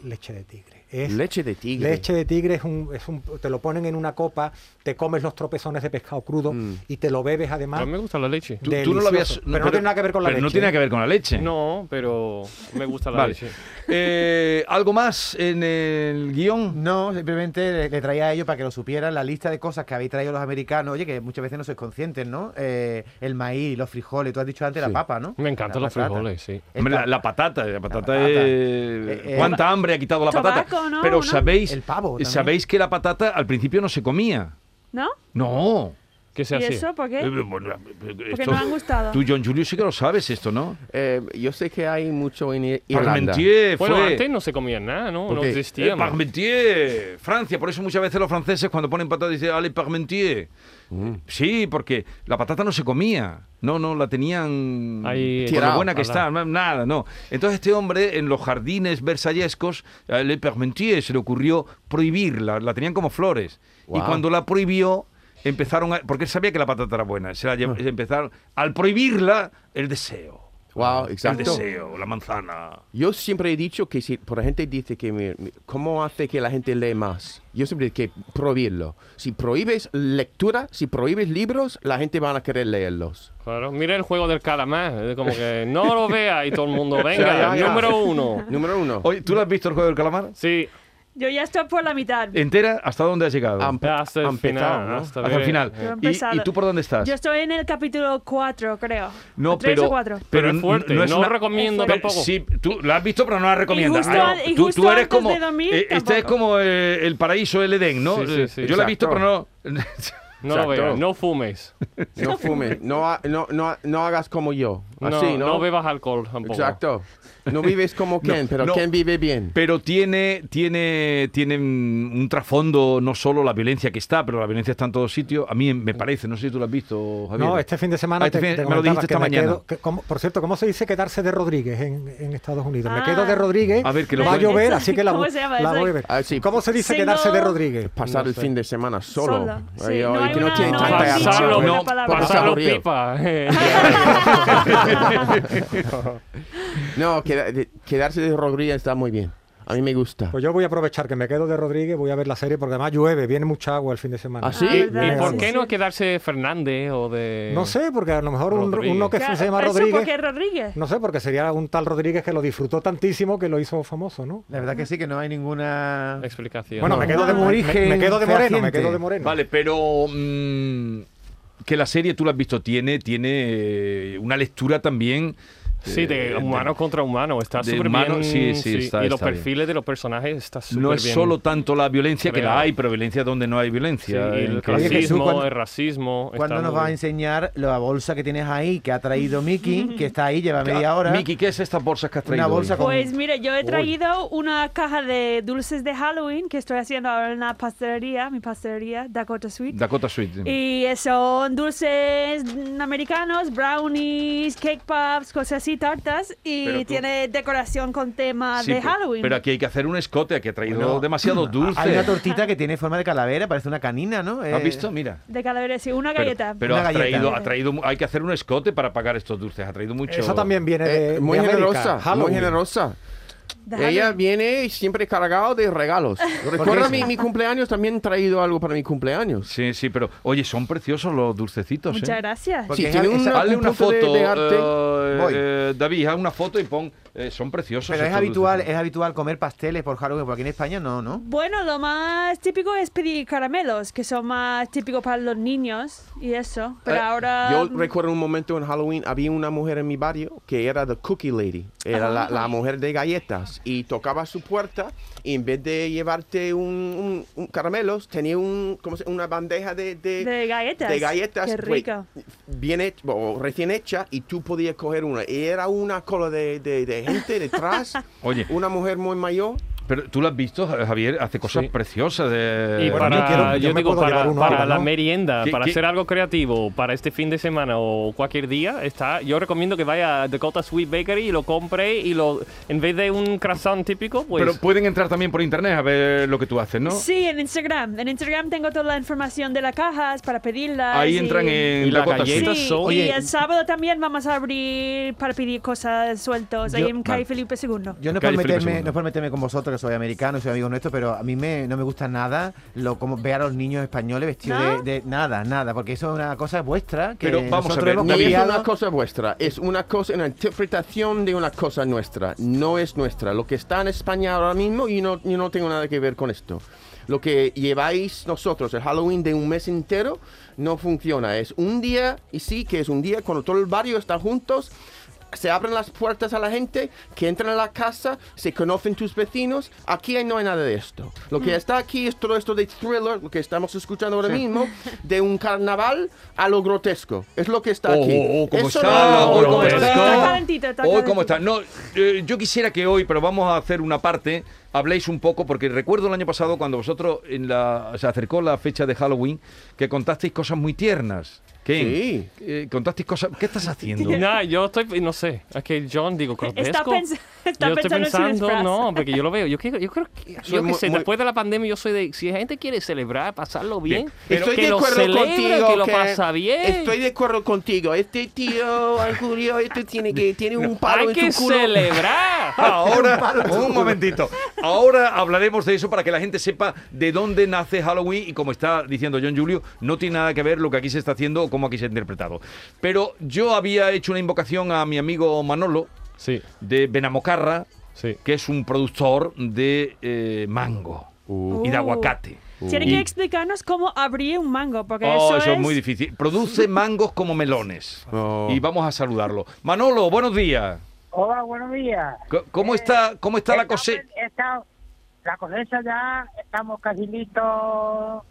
Speaker 8: leche de tigre.
Speaker 7: ¿eh?
Speaker 8: Es,
Speaker 6: Leche de tigre.
Speaker 8: Leche de tigre es un, es un- te lo ponen en una copa, te comes los tropezones de pescado crudo
Speaker 6: Mm.
Speaker 8: y te lo bebes
Speaker 3: A
Speaker 8: además.
Speaker 3: mí me gusta la leche.
Speaker 4: Tú, tú no lo habías.
Speaker 8: Delicioso. Pero no tiene nada que ver con la
Speaker 4: pero no
Speaker 8: leche,
Speaker 4: tiene
Speaker 8: ¿eh?
Speaker 4: nada que ver con la leche.
Speaker 3: No, pero me gusta la
Speaker 4: Vale.
Speaker 3: leche.
Speaker 4: Eh, ¿Algo más en el guión?
Speaker 7: No, simplemente le, le traía a ellos para que lo supieran la lista de cosas que habéis traído los americanos. Oye, que muchas veces no sois conscientes, ¿no? Eh, el maíz, los frijoles, tú has dicho antes la papa, ¿no?
Speaker 3: Me encantan
Speaker 7: La
Speaker 3: los
Speaker 7: patata.
Speaker 3: frijoles, sí.
Speaker 4: Hombre, la,
Speaker 7: Esta-
Speaker 4: la patata, la patata,
Speaker 7: patata.
Speaker 4: eh,
Speaker 7: Eh, eh,
Speaker 4: ¿Cuánta hambre ha quitado la patata?
Speaker 5: Tabaco, ¿no?
Speaker 4: Pero
Speaker 5: ¿No?
Speaker 4: sabéis,
Speaker 7: El pavo también.
Speaker 4: sabéis que la patata al principio no se comía.
Speaker 5: ¿No?
Speaker 4: No.
Speaker 3: que se
Speaker 5: ¿Y
Speaker 3: hace.
Speaker 5: eso por
Speaker 4: Eh,
Speaker 5: qué?
Speaker 4: bueno, eh,
Speaker 5: Porque
Speaker 4: esto-
Speaker 5: no le han gustado.
Speaker 4: Tú, John Julio, sí que lo sabes esto, ¿no?
Speaker 6: Eh, yo sé que hay mucho en I- Irlanda.
Speaker 4: Parmentier fue...
Speaker 3: Bueno, antes no se comía nada, ¿no? No
Speaker 6: Ok.
Speaker 4: Eh,
Speaker 3: existía. man.
Speaker 4: Parmentier, Francia, por eso muchas veces los franceses cuando ponen patata dicen, ale Parmentier.
Speaker 6: Mm.
Speaker 4: Sí, porque la patata no se comía, no, no, la tenían
Speaker 3: Ahí
Speaker 4: por lo
Speaker 6: tirado,
Speaker 4: buena que
Speaker 3: ala.
Speaker 4: está, na- nada, no. Entonces este hombre en los jardines versallescos, eh, le Parmentier, se le ocurrió prohibirla, la tenían como flores. Y
Speaker 6: Guau.
Speaker 4: cuando la prohibió, empezaron a, porque él sabía que la patata era buena, se la
Speaker 6: Ah.
Speaker 4: lle- empezaron, al prohibirla, el deseo.
Speaker 6: Wow,
Speaker 4: El
Speaker 6: exacto.
Speaker 4: deseo, la manzana.
Speaker 6: Yo siempre he dicho que si por la gente dice que mi- mi- cómo hace que la gente lee más. Yo siempre digo que prohibirlo. Si prohíbes lectura, si prohíbes libros, la gente van a querer leerlos.
Speaker 3: Claro, mira el juego del calamar, es como que no lo vea y todo el mundo venga,
Speaker 6: Ya, ya.
Speaker 3: número uno.
Speaker 6: Número uno.
Speaker 4: Oye, ¿tú lo has visto el juego del calamar?
Speaker 3: Sí,
Speaker 5: Yo ya estoy por la mitad.
Speaker 4: ¿Entera? ¿Hasta dónde has llegado?
Speaker 6: Am-
Speaker 3: hasta el
Speaker 6: Han petado,
Speaker 3: final.
Speaker 6: ¿no?
Speaker 3: Hasta,
Speaker 4: Hasta el
Speaker 3: ver-
Speaker 4: final.
Speaker 5: Yo he
Speaker 4: ¿Y,
Speaker 5: empezado-
Speaker 4: y tú por dónde estás?
Speaker 5: Yo estoy en el capítulo 4, creo.
Speaker 4: no,
Speaker 5: Tres
Speaker 4: pero,
Speaker 5: o cuatro.
Speaker 3: Pero es
Speaker 4: n-
Speaker 3: fuerte, no,
Speaker 4: es una-
Speaker 3: recomiendo
Speaker 5: Es fuerte.
Speaker 4: Pero
Speaker 3: tampoco.
Speaker 4: sí, tú la has visto, pero no la recomiendas.
Speaker 5: justo
Speaker 4: Ah,
Speaker 5: al- y
Speaker 4: tú,
Speaker 5: justo
Speaker 4: tú eres
Speaker 5: antes
Speaker 4: como.
Speaker 5: de dormir,
Speaker 4: eh, este es
Speaker 5: tampoco.
Speaker 4: como eh, el paraíso, el Edén, ¿no?
Speaker 3: Sí, sí,
Speaker 4: Eh,
Speaker 3: sí.
Speaker 4: Yo la he visto, pero no.
Speaker 6: Exacto.
Speaker 3: No lo
Speaker 6: Exacto.
Speaker 3: veas, no fumes.
Speaker 6: No fumes. No, ha- no, no, no hagas como yo.
Speaker 3: No,
Speaker 6: Así, ¿no?
Speaker 3: no bebas alcohol tampoco.
Speaker 6: Exacto. No vives como Ken, pero
Speaker 4: no.
Speaker 6: Ken vive bien.
Speaker 4: Pero tiene, tiene, tiene mm, un trasfondo, no solo la violencia que está, pero la violencia está en todos sitios. A mí me parece, no sé si tú lo has visto, Javier.
Speaker 8: No, este fin de semana
Speaker 4: Ah, este
Speaker 8: te-
Speaker 4: fin-
Speaker 8: te
Speaker 4: me lo
Speaker 8: comentaba que
Speaker 4: dijiste esta
Speaker 8: me
Speaker 4: mañana.
Speaker 8: quedo- que como- por cierto, ¿cómo se dice quedarse de Rodríguez en, en Estados Unidos?
Speaker 5: Ah.
Speaker 8: me quedo de Rodríguez,
Speaker 4: A ver, que lo
Speaker 8: va a
Speaker 4: cuente.
Speaker 8: llover, así que la,
Speaker 5: ¿Cómo
Speaker 8: bu-
Speaker 5: se llama?
Speaker 8: la
Speaker 5: Es
Speaker 8: voy a
Speaker 5: like-
Speaker 8: ver.
Speaker 6: Ah, sí.
Speaker 8: ¿Cómo se dice
Speaker 5: Single-
Speaker 8: quedarse de Rodríguez?
Speaker 6: Pasar el fin de semana solo.
Speaker 5: Solo, sí.
Speaker 6: Ay,
Speaker 5: No
Speaker 6: ay,
Speaker 5: hay
Speaker 6: que no
Speaker 5: una-
Speaker 6: tiene
Speaker 5: no hay
Speaker 6: tanta
Speaker 5: un
Speaker 6: gracia.
Speaker 5: dicho,
Speaker 3: Pasarlo,
Speaker 5: una
Speaker 3: no,
Speaker 5: palabra.
Speaker 3: pasarlo eh.
Speaker 6: Aburrido.
Speaker 3: pipa.
Speaker 6: No, queda- de- quedarse de Rodríguez está muy bien. A mí me gusta.
Speaker 8: Pues yo voy a aprovechar que me quedo de Rodríguez, voy a ver la serie porque además llueve, viene mucha agua el fin de semana.
Speaker 6: ¿Ah, sí?
Speaker 5: Ah, verdad,
Speaker 3: ¿Y
Speaker 8: Venga,
Speaker 3: por
Speaker 8: sí,
Speaker 3: qué
Speaker 5: sí.
Speaker 3: no quedarse de Fernández o de.?
Speaker 8: No sé, porque a lo mejor un-
Speaker 3: Rodríguez.
Speaker 8: uno que
Speaker 5: Claro,
Speaker 8: se llama
Speaker 5: ¿eso
Speaker 8: Rodríguez.
Speaker 5: por qué Rodríguez?
Speaker 8: No sé, porque sería un tal Rodríguez que lo disfrutó tantísimo que lo hizo famoso, ¿no?
Speaker 7: La verdad que sí, que no hay ninguna...
Speaker 3: Explicación.
Speaker 8: Bueno,
Speaker 3: No.
Speaker 8: me quedo de
Speaker 7: Un
Speaker 8: me-
Speaker 7: origen
Speaker 8: me, quedo de moreno, me
Speaker 7: fehaciente.
Speaker 8: quedo de moreno.
Speaker 4: Vale, pero mm, que la serie, tú la has visto, tiene, tiene eh, una lectura también.
Speaker 3: Sí, de
Speaker 4: eh,
Speaker 3: humano contra humano. Está
Speaker 4: de
Speaker 3: súper
Speaker 4: humano,
Speaker 3: bien.
Speaker 4: sí, sí, está-
Speaker 3: y los
Speaker 4: está bien.
Speaker 3: perfiles de los personajes está súper
Speaker 4: No es
Speaker 3: bien.
Speaker 4: solo tanto la violencia, que la
Speaker 3: creado.
Speaker 4: hay, pero violencia donde no hay
Speaker 3: Sí,
Speaker 4: violencia.
Speaker 3: el
Speaker 4: en que-
Speaker 7: Oye, Jesús,
Speaker 3: clasismo,
Speaker 7: ¿cuándo-
Speaker 3: el racismo. está
Speaker 7: ¿Cuándo nos
Speaker 3: muy
Speaker 7: vas a
Speaker 3: bien.
Speaker 7: enseñar la bolsa que tienes ahí, que ha traído Miki, que está ahí, lleva media hora?
Speaker 4: Miki, ¿qué es estas bolsas que has traído?
Speaker 7: Una bolsa
Speaker 4: hoy?
Speaker 7: con-
Speaker 5: Pues mire, yo he traído una caja de dulces de Halloween que estoy haciendo ahora en la pastelería, mi pastelería, Dakota Sweet.
Speaker 4: Dakota Sweet.
Speaker 5: Y son dulces americanos, brownies, cake pops, cosas así, tartas.
Speaker 4: Pero
Speaker 5: Y
Speaker 4: tú-
Speaker 5: tiene decoración con tema
Speaker 4: Sí,
Speaker 5: de
Speaker 4: pe-
Speaker 5: Halloween.
Speaker 4: Pero aquí hay que hacer un escote, aquí ha traído
Speaker 7: Bueno,
Speaker 4: demasiado dulce.
Speaker 7: Hay una tortita que tiene forma de calavera, parece una canina, ¿no? Eh,
Speaker 4: ¿Has visto? Mira.
Speaker 5: De calavera, sí, una
Speaker 4: Pero-
Speaker 5: galleta.
Speaker 4: Pero,
Speaker 7: Una
Speaker 4: ha
Speaker 7: galleta.
Speaker 4: traído, ha traído, mu- hay que hacer un escote para pagar estos dulces. Ha traído mucho.
Speaker 8: Eso también viene de.
Speaker 6: Eh, muy
Speaker 8: de América,
Speaker 6: generosa, muy
Speaker 8: Halloween.
Speaker 6: generosa.
Speaker 5: De
Speaker 6: Ella
Speaker 5: Halloween.
Speaker 6: viene siempre cargado de regalos. Recuerda mi, mi cumpleaños, también he traído algo para mi cumpleaños.
Speaker 4: Sí, sí, pero oye, son preciosos los dulcecitos.
Speaker 5: Muchas
Speaker 4: ¿eh?
Speaker 5: gracias.
Speaker 7: Porque
Speaker 6: Sí, tiene
Speaker 7: es-
Speaker 6: un-
Speaker 7: esa-
Speaker 4: Hazle
Speaker 6: un
Speaker 4: una
Speaker 6: punto de-
Speaker 4: foto,
Speaker 6: de arte.
Speaker 4: eh,
Speaker 7: Voy.
Speaker 4: eh, David, haz una foto y pon. eh, son preciosos.
Speaker 7: Pero es
Speaker 4: estos
Speaker 7: habitual,
Speaker 8: eh.
Speaker 4: dulces.
Speaker 7: es habitual comer pasteles por Halloween, porque aquí en España no, ¿no?
Speaker 5: Bueno, lo más típico es pedir caramelos, que son más típicos para los niños y eso. Pero
Speaker 6: Eh,
Speaker 5: ahora.
Speaker 6: Yo recuerdo un momento en Halloween, había una mujer en mi barrio que era the cookie lady, era la, la mujer de galletas, y tocaba su puerta y en vez de llevarte un, un- un caramelos, tenía un, ¿cómo se- una bandeja de, de,
Speaker 5: De galletas.
Speaker 6: de galletas,
Speaker 5: Qué
Speaker 6: pues,
Speaker 5: rico.
Speaker 6: bien hech- o recién hecha, y tú podías coger una. Y era una cola de, de- de gente detrás,
Speaker 4: Oye.
Speaker 6: una mujer muy mayor.
Speaker 4: Pero tú lo has visto, Javier, hace cosas
Speaker 3: Sí.
Speaker 4: preciosas. De...
Speaker 3: Y
Speaker 8: Bueno,
Speaker 3: para,
Speaker 8: yo quiero- yo
Speaker 3: yo
Speaker 8: me
Speaker 3: digo,
Speaker 8: puedo
Speaker 3: para,
Speaker 8: llevar uno
Speaker 3: para
Speaker 8: ahora,
Speaker 3: la
Speaker 8: ¿no?
Speaker 3: merienda,
Speaker 4: ¿Qué-
Speaker 3: para
Speaker 4: qué-
Speaker 3: hacer algo creativo, para este fin de semana o cualquier día, está, yo recomiendo que vaya a Dakota Sweet Bakery y lo compre y lo, en vez de un croissant típico, pues...
Speaker 4: Pero pueden entrar también por internet a ver lo que tú haces, ¿no?
Speaker 5: Sí, en Instagram. En Instagram tengo toda la información de las cajas para pedirlas.
Speaker 4: Ahí
Speaker 5: y-
Speaker 4: entran en
Speaker 3: Y la
Speaker 4: Dakota
Speaker 3: galleta.
Speaker 4: Sweet.
Speaker 5: Sí,
Speaker 3: son-
Speaker 5: y
Speaker 7: Oye,
Speaker 5: el sábado también vamos a abrir para pedir cosas sueltos ahí
Speaker 7: Yo-
Speaker 5: en
Speaker 4: vale.
Speaker 5: Calle Felipe II.
Speaker 7: Yo no es,
Speaker 4: Calle
Speaker 7: por
Speaker 4: Felipe
Speaker 7: meterme,
Speaker 4: segundo.
Speaker 7: no es por meterme con vosotros, que soy americano, soy amigo nuestro, pero a mí me, no me gusta nada lo como ver a los niños españoles vestidos
Speaker 5: ¿No?
Speaker 7: de, de- nada, nada, porque eso es una cosa vuestra que
Speaker 4: Pero vamos a
Speaker 7: nosotros
Speaker 4: ver,
Speaker 7: hemos
Speaker 6: No
Speaker 4: David.
Speaker 6: es
Speaker 7: copiado.
Speaker 6: una cosa vuestra, es una cosa, una interpretación de una cosa nuestra, no es nuestra. Lo que está en España ahora mismo, y no, yo no tengo nada que ver con esto. Lo que lleváis nosotros, el Halloween de un mes entero, no funciona. Es un día, y sí que es un día cuando todo el barrio está juntos, se abren las puertas a la gente, que entran a la casa, se conocen tus vecinos. Aquí no hay nada de esto. Lo que está aquí es todo esto de thriller, lo que estamos escuchando ahora mismo, de un carnaval a lo grotesco. Es lo que está
Speaker 4: Oh,
Speaker 6: aquí.
Speaker 4: oh, oh, cómo
Speaker 6: Eso
Speaker 4: está,
Speaker 6: no-
Speaker 4: oh,
Speaker 3: lo
Speaker 4: cómo
Speaker 3: grotesco.
Speaker 4: está.
Speaker 5: Está calentito, está
Speaker 4: Hoy Oh, cómo
Speaker 5: calentito.
Speaker 4: está. No, eh, yo quisiera que hoy, pero vamos a hacer una parte, habléis un poco, porque recuerdo el año pasado cuando vosotros en la, se acercó la fecha de Halloween, que contasteis cosas muy tiernas. ¿Qué? contasteis cosas. ¿Qué estás haciendo?
Speaker 3: Nah, yo estoy, no sé, es que John, digo,
Speaker 5: Está,
Speaker 3: grotesco.
Speaker 5: pens- está
Speaker 3: yo estoy
Speaker 5: pensando, en sus
Speaker 3: pensando,
Speaker 5: frases.
Speaker 3: no, porque yo lo veo. Yo, creo- yo creo que,
Speaker 6: Soy
Speaker 3: yo qué
Speaker 6: muy-
Speaker 3: sé,
Speaker 6: muy-
Speaker 3: después de la pandemia, yo soy de. Si la gente quiere celebrar, pasarlo bien, pero
Speaker 6: Estoy
Speaker 3: que
Speaker 6: de
Speaker 3: lo
Speaker 6: acuerdo
Speaker 3: celebre,
Speaker 6: contigo.
Speaker 3: que lo pasa bien.
Speaker 6: Estoy de acuerdo contigo. Este tío, Arcurio, este tiene que tiene un palo
Speaker 3: Hay
Speaker 6: en
Speaker 3: que
Speaker 6: su culo.
Speaker 3: celebrar.
Speaker 4: Ahora, un momentito. Ahora hablaremos de eso para que la gente sepa de dónde nace Halloween y como está diciendo John Julio, no tiene nada que ver lo que aquí se está haciendo o cómo aquí se ha interpretado. Pero yo había hecho una invocación a mi amigo Manolo
Speaker 3: Sí,
Speaker 4: de Benamocarra,
Speaker 3: sí.
Speaker 4: que es un productor de eh, mango y de aguacate.
Speaker 5: Uh. Tiene
Speaker 4: Y-
Speaker 5: que explicarnos cómo abrir un mango, porque
Speaker 4: Oh,
Speaker 5: eso,
Speaker 4: eso es muy difícil. Produce mangos como melones.
Speaker 3: Oh.
Speaker 4: Y vamos a saludarlo. Manolo, buenos días.
Speaker 9: Hola, buenos días.
Speaker 4: Co-
Speaker 5: Eh,
Speaker 4: ¿Cómo está, cómo está la cosecha?
Speaker 9: Estamos- está- la cosecha ya, estamos casi listos.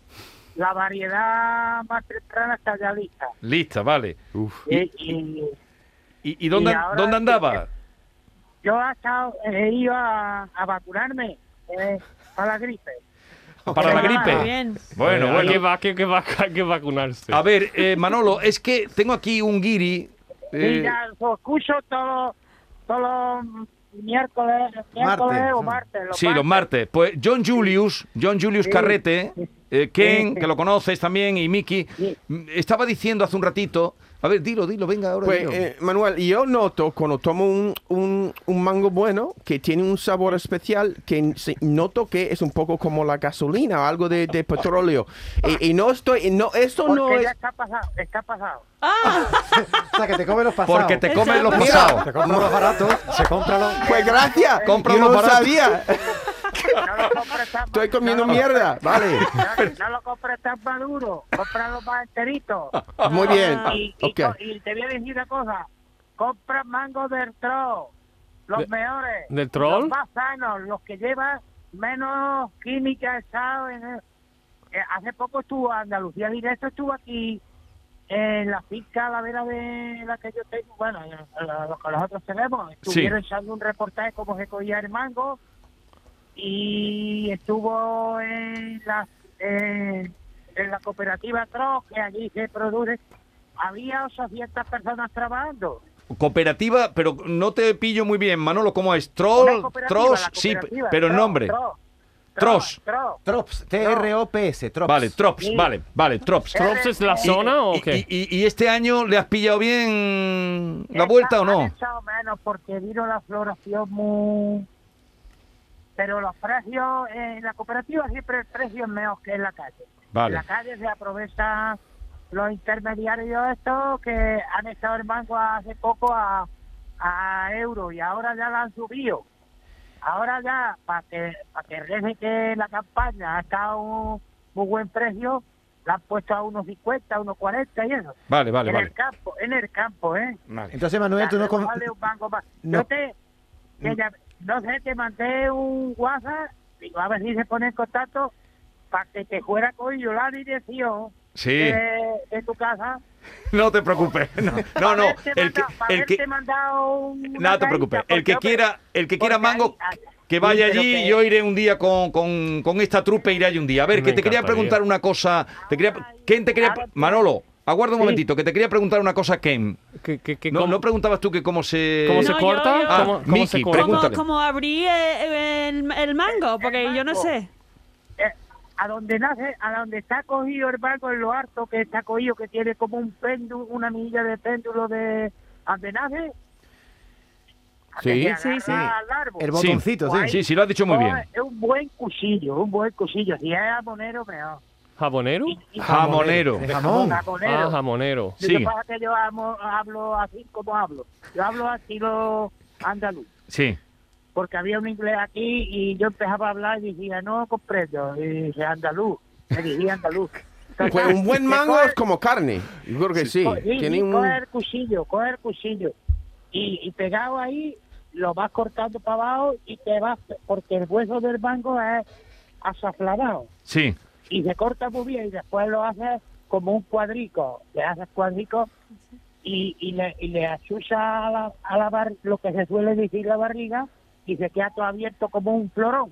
Speaker 9: La variedad más temprana está ya lista.
Speaker 4: Lista, vale.
Speaker 9: Y, y
Speaker 4: ¿Y, y dónde,
Speaker 9: Y ahora-
Speaker 4: dónde andaba?
Speaker 9: yo he, estado, he ido a, a vacunarme eh, para la gripe.
Speaker 4: Para la
Speaker 9: Ah,
Speaker 4: gripe.
Speaker 5: Bien.
Speaker 4: Bueno,
Speaker 3: Hay que,
Speaker 4: bueno.
Speaker 3: va- que- que va- hay que vacunarse.
Speaker 4: A ver, eh, Manolo, es que tengo aquí un guiri.
Speaker 9: Y
Speaker 4: eh,
Speaker 9: ya lo escucho todos todos los miércoles, miércoles o martes.
Speaker 4: sí, los martes. Pues John Julius, John Julius Carrete, eh, Ken,
Speaker 9: Sí.
Speaker 4: que lo conoces también, y Mickey,
Speaker 9: Sí.
Speaker 4: m- estaba diciendo hace un ratito. A ver, dilo, dilo, venga, ahora.
Speaker 6: Pues,
Speaker 4: dilo.
Speaker 6: eh, Manuel, yo noto cuando tomo un, un- un mango bueno que tiene un sabor especial que n- se- noto que es un poco como la gasolina o algo de, de petróleo. Y, y no estoy, y no, eso
Speaker 9: Porque
Speaker 6: no
Speaker 9: ya
Speaker 6: es.
Speaker 9: está pasado, está pasado.
Speaker 7: O sea, que te come los pasados.
Speaker 4: Porque te comen los
Speaker 5: Mira.
Speaker 4: pasados.
Speaker 8: Se compra los baratos, se compra los...
Speaker 6: Pues gracias,
Speaker 4: Compra
Speaker 6: yo
Speaker 4: uno
Speaker 6: no
Speaker 4: barato.
Speaker 6: sabía.
Speaker 9: No lo compres tan-
Speaker 6: Estoy
Speaker 9: no
Speaker 6: comiendo
Speaker 9: lo-
Speaker 6: mierda, vale.
Speaker 9: No, no lo compres tan maduro, cómpralo más enterito.
Speaker 6: Muy bien,
Speaker 9: Y, y
Speaker 6: ok.
Speaker 9: co- y te voy a decir una cosa: compra mango del troll, los
Speaker 3: De-
Speaker 9: mejores,
Speaker 3: ¿del troll?
Speaker 9: los más sanos, los que llevan menos química, ¿sabes? Eh, hace poco estuvo a Andalucía Directo, estuvo aquí en la finca a la vera de la que yo tengo, bueno, en- en la- lo que nosotros tenemos, estuvieron echando un reportaje cómo se cogía el mango y estuvo en la, en- en la cooperativa Troc, que allí se produce, había 800 personas trabajando.
Speaker 4: Cooperativa, pero no te pillo muy bien, Manolo, ¿cómo es?
Speaker 9: Una
Speaker 4: Troll,
Speaker 9: cooperativa,
Speaker 4: Tros,
Speaker 9: la
Speaker 4: sí,
Speaker 9: cooperativa,
Speaker 4: pero el
Speaker 9: Troc,
Speaker 4: nombre.
Speaker 9: Troc,
Speaker 4: Tros.
Speaker 9: Troc.
Speaker 7: Trops, T-R-O-P-S, Trops.
Speaker 4: Vale, Trops,
Speaker 9: Sí. Eh,
Speaker 4: vale, vale, Trops.
Speaker 3: ¿Trops es la
Speaker 9: Y-
Speaker 3: zona o
Speaker 4: ¿Y-
Speaker 3: qué?
Speaker 4: y, y- y este año le has pillado bien la vuelta o no?
Speaker 9: Más o menos, porque vino la floración muy... Pero los precios, eh, en la cooperativa siempre el precio es mejor que en la calle. En
Speaker 4: Vale.
Speaker 9: la calle se aprovecha los intermediarios estos que han estado el mango hace poco a, a euro y ahora ya la han subido. Ahora ya, para que, para que rece que la campaña ha estado un muy buen precio, la han puesto a unos 50, unos 40 y eso.
Speaker 4: Vale, vale,
Speaker 9: en
Speaker 4: vale.
Speaker 9: el campo, en el campo, ¿eh?
Speaker 4: Vale.
Speaker 7: Entonces, Manuel, tú no... con-
Speaker 9: Dale un mango más.
Speaker 7: no- Mm.
Speaker 9: Yo te, te llam- no sé, te mandé un WhatsApp, digo, a ver si se pone en contacto para que te fuera con yo la dirección
Speaker 4: Sí,
Speaker 9: de, de tu casa.
Speaker 4: no te preocupes. No, no, no,
Speaker 9: este
Speaker 4: el que, el que, no te preocupes. El que quiera, el que quiera
Speaker 9: porque ahí-
Speaker 4: mango,
Speaker 9: ahí-
Speaker 4: que vaya
Speaker 9: Sí, pero
Speaker 4: allí.
Speaker 9: que-
Speaker 4: Yo iré un día con, con, con esta trupe, iré allí un día. A ver,
Speaker 3: Me
Speaker 4: que te quería
Speaker 3: encantaría.
Speaker 4: preguntar una cosa. Te quería, ¿Quién te quería? pre- Manolo, aguarda un momentito, que te quería preguntar una cosa, Ken.
Speaker 3: ¿Qué- qué- qué-
Speaker 4: No,
Speaker 3: cómo,
Speaker 4: no preguntabas tú que cómo se.
Speaker 3: cómo se
Speaker 5: No, yo-
Speaker 3: corta?
Speaker 5: yo-
Speaker 3: ¿Cómo,
Speaker 4: Ah,
Speaker 3: cómo se corta?
Speaker 4: Miki,
Speaker 5: ¿Cómo,
Speaker 4: Pregúntale.
Speaker 5: cómo abrí eh, el, el mango? Porque yo no
Speaker 9: mango.
Speaker 5: sé.
Speaker 9: eh, a donde nace, a donde está cogido el barco en lo harto que está cogido, que tiene como un péndulo, una milla de péndulo de a donde nace. a que
Speaker 6: Sí.
Speaker 9: se
Speaker 5: Sí, sí.
Speaker 9: agarra al árbol.
Speaker 7: El botoncito, sí.
Speaker 4: Sí, sí, lo has dicho muy bien.
Speaker 9: Coge- Ah, Es un buen cuchillo, un buen cuchillo. Si es jamonero, mejor.
Speaker 3: ¿Jamonero?
Speaker 9: Y- y-
Speaker 4: Jamonero.
Speaker 7: De jamón.
Speaker 9: Jamonero.
Speaker 3: Ah, jamonero.
Speaker 9: Lo que
Speaker 4: Sí,
Speaker 9: pasa es que yo amo- hablo así como hablo. Yo hablo al estilo andaluz.
Speaker 4: sí.
Speaker 9: Porque había un inglés aquí y yo empezaba a hablar y decía, no comprendo. Y dije, andaluz. Me decía andaluz. Entonces,
Speaker 6: Pues un buen
Speaker 9: que
Speaker 6: mango
Speaker 9: coge-
Speaker 6: es como carne. Yo creo que sí.
Speaker 9: co- sí,
Speaker 6: Tiene
Speaker 9: sí,
Speaker 6: un...
Speaker 9: Coge el cuchillo, coge el cuchillo. y, y pegado ahí lo vas cortando para abajo y te vas, porque el hueso del mango es azafladado
Speaker 4: Sí.
Speaker 9: y se corta muy bien y después lo haces como un cuadrico, le haces cuadrico y, y le, y le achucha a la, a la bar- lo que se suele decir la barriga y se queda todo abierto como un florón.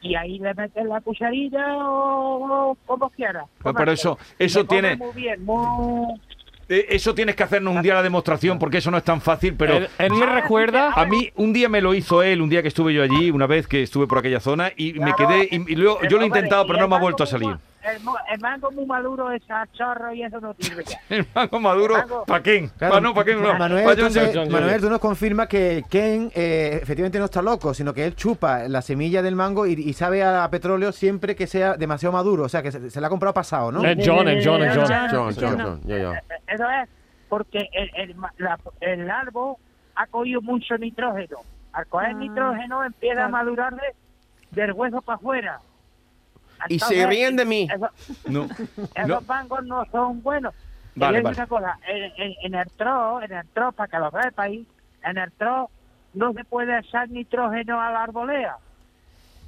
Speaker 9: Y ahí le metes la cucharilla o, o como quieras.
Speaker 4: Ah, Pero, pero eso, eso
Speaker 9: Se come
Speaker 4: tiene,
Speaker 9: Muy bien, muy...
Speaker 4: eh, eso tienes que hacernos un día la demostración porque eso no es tan fácil. Pero
Speaker 3: Él- él me recuerda-
Speaker 4: A mí un día me lo hizo él, un día que estuve yo allí, una vez que estuve por aquella zona y me quedé y, y luego yo lo he intentado pero no me ha vuelto a salir.
Speaker 9: El, mo- el mango muy maduro es a chorro y eso no sirve ya.
Speaker 4: El mango maduro,
Speaker 9: Mango.
Speaker 4: ¿para quién?
Speaker 7: Claro,
Speaker 4: Pa' no, pa' quién no.
Speaker 7: Manuel,
Speaker 4: Pa' John,
Speaker 7: entonces,
Speaker 4: John, John,
Speaker 7: Manuel,
Speaker 4: John.
Speaker 7: tú nos confirmas que Ken eh, efectivamente no está loco, sino que él chupa la semilla del mango y, y sabe a petróleo siempre que sea demasiado maduro. O sea, que se, se la ha comprado pasado, ¿no?
Speaker 3: Es Eh, John, es John, es John.
Speaker 6: John,
Speaker 5: John,
Speaker 6: John,
Speaker 5: no.
Speaker 6: John, yo, yo.
Speaker 9: Eso es porque el, el, ma- la- el árbol ha cogido mucho nitrógeno. Al coger
Speaker 5: Ah,
Speaker 9: nitrógeno empieza a
Speaker 5: claro.
Speaker 9: madurarle del hueso para afuera.
Speaker 6: Y se ríen de mí.
Speaker 9: eso-
Speaker 4: No,
Speaker 9: esos
Speaker 4: no.
Speaker 9: mangos no son buenos. Y
Speaker 4: Vale,
Speaker 9: es
Speaker 4: vale.
Speaker 9: una cosa, en, en- en el tro, en el tro, para que lo sepa ahí, en el tro no se puede echar nitrógeno a la arbolea.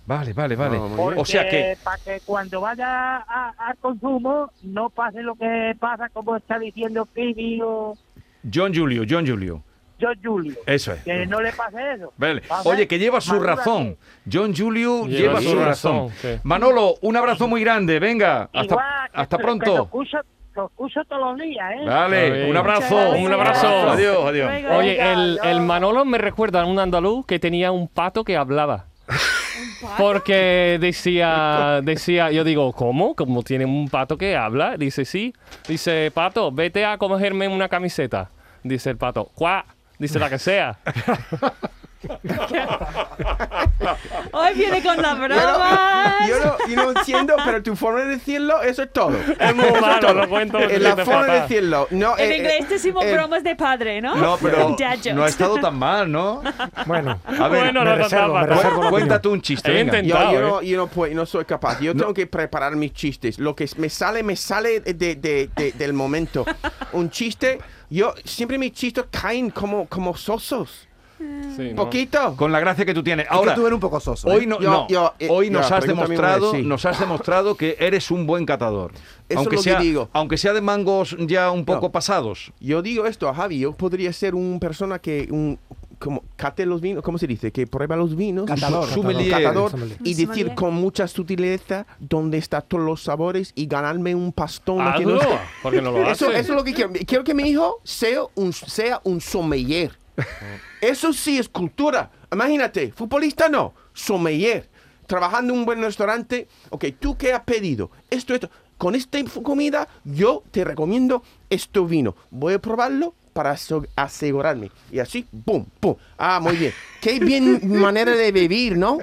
Speaker 4: Vale, vale, vale.
Speaker 6: No, muy bien.
Speaker 4: o sea que
Speaker 9: Para que cuando vaya a- al consumo no pase lo que pasa como está diciendo Pibi o
Speaker 4: John Julio, John Julio,
Speaker 9: John Julio.
Speaker 4: eso es.
Speaker 9: Que no le pase eso.
Speaker 4: Vale.
Speaker 9: Vamos,
Speaker 4: Oye, que lleva su
Speaker 9: madura,
Speaker 4: razón. John Julio
Speaker 3: Lleva
Speaker 4: lleva
Speaker 3: su
Speaker 4: su razón.
Speaker 3: razón, sí.
Speaker 4: Manolo, un abrazo muy grande. Venga,
Speaker 9: sí.
Speaker 4: hasta,
Speaker 9: Igual, que-
Speaker 4: hasta
Speaker 9: que Lo
Speaker 4: pronto.
Speaker 9: escucho, lo escucho todos los días, ¿eh?
Speaker 4: Vale,
Speaker 3: Vale.
Speaker 4: un abrazo.
Speaker 5: Muchas gracias.
Speaker 3: Un abrazo.
Speaker 4: Adiós, adiós.
Speaker 5: Luego.
Speaker 3: Oye, el, el Manolo me recuerda a un andaluz que tenía un pato que hablaba. Porque decía, decía, yo digo, ¿cómo? ¿Cómo tiene un pato que habla? Dice, sí. Dice, pato, vete a cogerme una camiseta. Dice el pato, ¡cuá! Dice la que sea.
Speaker 5: Hoy viene con las bromas.
Speaker 6: Yo no, yo no entiendo, pero tu forma de decirlo, eso es todo.
Speaker 3: Es muy
Speaker 6: Eso
Speaker 3: malo,
Speaker 6: todo.
Speaker 3: lo cuento porque
Speaker 6: Es la
Speaker 3: te
Speaker 6: forma de
Speaker 3: fatal.
Speaker 6: decirlo. No,
Speaker 5: En
Speaker 6: eh, eh,
Speaker 5: inglés decimos
Speaker 6: eh,
Speaker 5: bromas de padre, ¿no?
Speaker 4: No, pero
Speaker 5: Dad jokes.
Speaker 4: no ha estado tan mal, ¿no?
Speaker 8: Bueno,
Speaker 4: A ver,
Speaker 3: Bueno,
Speaker 8: me
Speaker 3: lo
Speaker 8: reservo,
Speaker 3: contaba.
Speaker 8: me
Speaker 4: cu-
Speaker 8: reservo la opinión.
Speaker 4: cuéntate un chiste.
Speaker 3: He
Speaker 4: venga.
Speaker 3: intentado. eh.
Speaker 6: Yo, yo
Speaker 4: ¿eh?
Speaker 3: Claro,
Speaker 6: no, yo no puedo, no soy capaz. Yo tengo que preparar mis chistes. Lo que me sale, me sale de, de- de- del momento. Un chiste, yo siempre mis chistes caen como, como sosos.
Speaker 3: Sí, ¿no?
Speaker 6: Poquito.
Speaker 4: Con la gracia que tú tienes.
Speaker 7: Ahora,
Speaker 4: Ahora,
Speaker 7: tú eres un poco soso. ¿eh?
Speaker 4: hoy, no,
Speaker 6: Yo-
Speaker 4: no,
Speaker 6: yo- eh,
Speaker 4: hoy
Speaker 6: yo,
Speaker 4: nos, has
Speaker 6: pregunta a mi mujer,
Speaker 4: demostrado,
Speaker 6: sí.
Speaker 4: nos has demostrado que eres un buen catador.
Speaker 6: es
Speaker 4: aunque,
Speaker 6: lo que
Speaker 4: sea,
Speaker 6: digo.
Speaker 4: aunque sea de mangos ya un poco
Speaker 6: No.
Speaker 4: pasados.
Speaker 6: Yo digo esto a Javi, yo podría ser una persona que un como cate los vinos, ¿cómo se dice? Que prueba los vinos,
Speaker 7: Catador,
Speaker 6: su-
Speaker 4: sommelier.
Speaker 6: catador,
Speaker 8: Sommelier.
Speaker 6: y
Speaker 5: Sommelier.
Speaker 6: decir con mucha sutileza dónde están todos los sabores y ganarme un pastón. que no
Speaker 3: Hazlo,
Speaker 6: está-
Speaker 3: porque no lo hace.
Speaker 6: Eso, eso es lo que quiero. Quiero que mi hijo sea un, sea un sommelier. Eso sí es cultura. Imagínate, futbolista no, sommelier. Trabajando en un buen restaurante. Ok, ¿tú qué has pedido? Esto, esto. Con esta inf- comida yo te recomiendo esto vino. Voy a probarlo para aso- asegurarme. Y así, ¡pum, pum! Ah, muy bien. Qué bien manera de vivir, ¿no?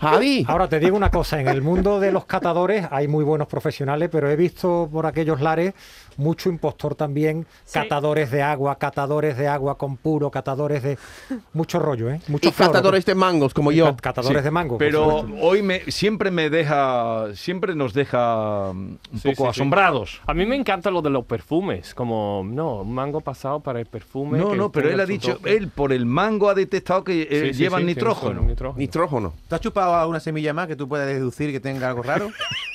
Speaker 6: Javi.
Speaker 8: Ahora te digo una cosa, en el mundo de los catadores hay muy buenos profesionales, pero he visto por aquellos lares mucho impostor también,
Speaker 5: Sí.
Speaker 8: catadores de agua, catadores de agua con puro, catadores de mucho rollo, ¿eh? Mucho
Speaker 6: Y catadores de este mangos como yo.
Speaker 8: catadores
Speaker 4: Sí,
Speaker 8: de mango. por
Speaker 4: Pero
Speaker 8: supuesto.
Speaker 4: hoy me, siempre me deja, siempre nos deja mm, un
Speaker 3: Sí, sí,
Speaker 4: poco
Speaker 3: sí.
Speaker 4: asombrados.
Speaker 3: A mí me encanta lo de los perfumes, como, no, mango pasado para el perfume.
Speaker 4: No,
Speaker 3: que
Speaker 4: no, pero
Speaker 3: tenga
Speaker 4: él ha
Speaker 3: su
Speaker 4: dicho, eh,
Speaker 3: toque.
Speaker 4: él por el mango ha detectado que
Speaker 3: Sí,
Speaker 4: eh,
Speaker 3: sí,
Speaker 4: llevan
Speaker 3: sí, tiene
Speaker 4: nitrógeno.
Speaker 3: su nitrógeno.
Speaker 6: Nitrógeno.
Speaker 7: ¿Te has chupado alguna semilla más que tú puedas deducir que tenga algo raro?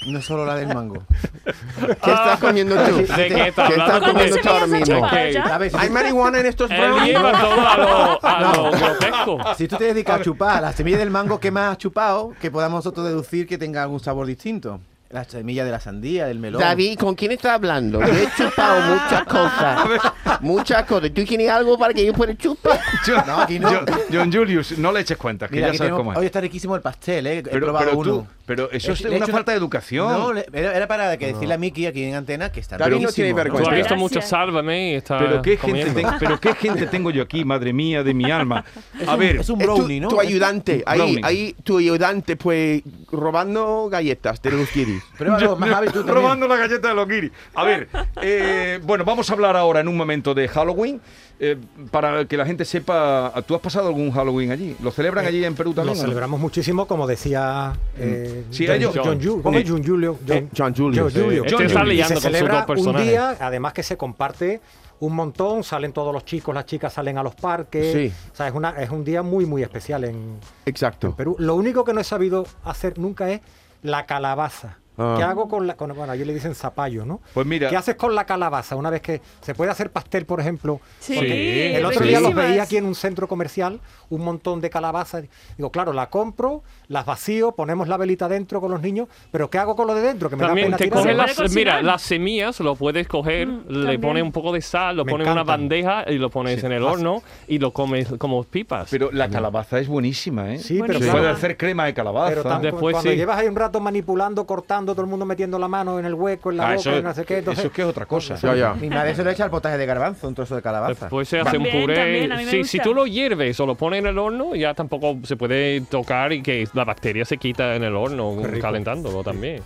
Speaker 7: No solo la del mango.
Speaker 6: ¿Qué estás comiendo tú?
Speaker 3: Ah, ¿De qué está
Speaker 6: ¿Qué estás
Speaker 3: hablando?
Speaker 5: ¿Cuántas
Speaker 6: comiendo tú ahora
Speaker 5: semillas has
Speaker 6: mismo?
Speaker 5: chupado
Speaker 3: Ok.
Speaker 5: ya?
Speaker 7: A ver, si,
Speaker 6: ¿Hay marihuana en estos
Speaker 3: Él
Speaker 6: brownies?
Speaker 3: lleva todo a lo, a lo grotesco.
Speaker 7: si tú te dedicas a chupar la semilla del mango, ¿qué más has chupado que podamos nosotros deducir que tenga algún sabor distinto? La semilla de la sandía, del melón.
Speaker 6: David, ¿con quién estás hablando? Yo he chupado muchas cosas. Muchas cosas. ¿Tú tienes algo para que yo pueda chupar?
Speaker 4: Yo-
Speaker 7: No, aquí no.
Speaker 4: yo- John Julius, no le eches cuenta, que
Speaker 7: Mira,
Speaker 4: ya
Speaker 7: aquí
Speaker 4: sabes
Speaker 7: tenemos-
Speaker 4: cómo es.
Speaker 7: Hoy está riquísimo el pastel, ¿eh? He
Speaker 4: pero,
Speaker 7: probado
Speaker 4: pero
Speaker 7: uno.
Speaker 4: tú- pero eso es,
Speaker 7: Le he
Speaker 4: una
Speaker 7: hecho-
Speaker 4: falta de educación.
Speaker 7: No, le- era, era para que decirle a Miki aquí en antena que está
Speaker 6: David no
Speaker 7: riquísimo,
Speaker 6: tiene
Speaker 3: Tú has
Speaker 6: Gracias.
Speaker 3: visto mucho Sálvame y está
Speaker 4: pero qué gente,
Speaker 3: comiendo.
Speaker 4: ten- pero qué gente tengo yo aquí, madre mía de mi alma.
Speaker 7: Es
Speaker 4: A
Speaker 7: un-
Speaker 4: ver,
Speaker 7: es un
Speaker 6: Es eh, tu-
Speaker 7: brownie, ¿no?
Speaker 6: Tu ayudante. Ahí,
Speaker 4: Brownie.
Speaker 6: ahí, tu ayudante, pues, robando galletas de los kiddies.
Speaker 4: Kiris.
Speaker 7: Pruébalo, más hábil tú también.
Speaker 4: Robando la galleta de los Kiris. A ver, eh, bueno, vamos a hablar ahora en un momento de Halloween. eh, para que la gente sepa, ¿tú has pasado algún Halloween allí? ¿Lo celebran allí en Perú
Speaker 8: Lo
Speaker 4: también? o no?
Speaker 8: celebramos muchísimo, como decía eh,
Speaker 4: Sí,
Speaker 8: John,
Speaker 4: ellos-
Speaker 8: John Ju- ¿cómo es?
Speaker 4: Eh,
Speaker 8: John Julio. John,
Speaker 6: eh, John Julio, sí.
Speaker 3: Este está
Speaker 8: Y
Speaker 3: liando
Speaker 8: se
Speaker 3: con sus
Speaker 8: celebra
Speaker 3: dos personajes.
Speaker 8: un día, además que se comparte un montón, salen todos los chicos, las chicas salen a los parques.
Speaker 6: Sí.
Speaker 8: O sea, es, una, es un día muy, muy especial en
Speaker 6: Exacto.
Speaker 8: Perú. Lo único que no he sabido hacer nunca es la calabaza.
Speaker 6: Ah.
Speaker 8: ¿Qué hago con la...? con- bueno, allí le dicen zapallo, ¿no?
Speaker 4: Pues mira-
Speaker 8: ¿Qué haces con la calabaza? Una vez que... ¿Se puede hacer pastel, por ejemplo?
Speaker 5: Sí,
Speaker 8: Porque
Speaker 5: Sí,
Speaker 8: el otro día los
Speaker 5: riquísimas.
Speaker 8: veía aquí en un centro comercial, un montón de calabazas. Digo, claro, la compro, las vacío, ponemos la velita dentro con los niños, pero ¿qué hago con lo de dentro? Que me
Speaker 3: También
Speaker 8: da
Speaker 3: te
Speaker 8: pena
Speaker 5: coge
Speaker 3: coges
Speaker 8: tirarlo.
Speaker 5: la-
Speaker 3: las,
Speaker 5: ¿Se puede
Speaker 3: mira,
Speaker 5: cocinar?
Speaker 3: las semillas, lo puedes coger, le
Speaker 5: Mm, también.
Speaker 3: pones un poco de sal, lo
Speaker 8: Me
Speaker 3: pones en una
Speaker 8: encantan.
Speaker 3: bandeja y lo pones en el horno y lo comes como pipas.
Speaker 4: Pero la calabaza es buenísima, ¿eh?
Speaker 8: Sí, pero,
Speaker 5: Buenísimo.
Speaker 4: Se
Speaker 8: claro,
Speaker 4: puede hacer crema de calabaza.
Speaker 8: pero tan-
Speaker 3: Después
Speaker 8: cuando
Speaker 3: sí.
Speaker 8: llevas ahí un rato manipulando, cortando, todo el mundo metiendo la mano en el hueco, en la
Speaker 4: Ah,
Speaker 8: boca,
Speaker 4: eso,
Speaker 8: en no sé qué. entonces-
Speaker 4: eso es que es otra cosa.
Speaker 6: Ya, ya.
Speaker 7: Mi madre se lo echa al potaje de garbanzo, un trozo de calabaza.
Speaker 3: Después Pues se hace un
Speaker 5: También,
Speaker 3: puré.
Speaker 5: también, a mí me
Speaker 3: Sí,
Speaker 5: gusta.
Speaker 3: si tú lo hierves o lo pones en el horno, ya tampoco se puede tocar y que la bacteria se quita en el horno calentándolo también.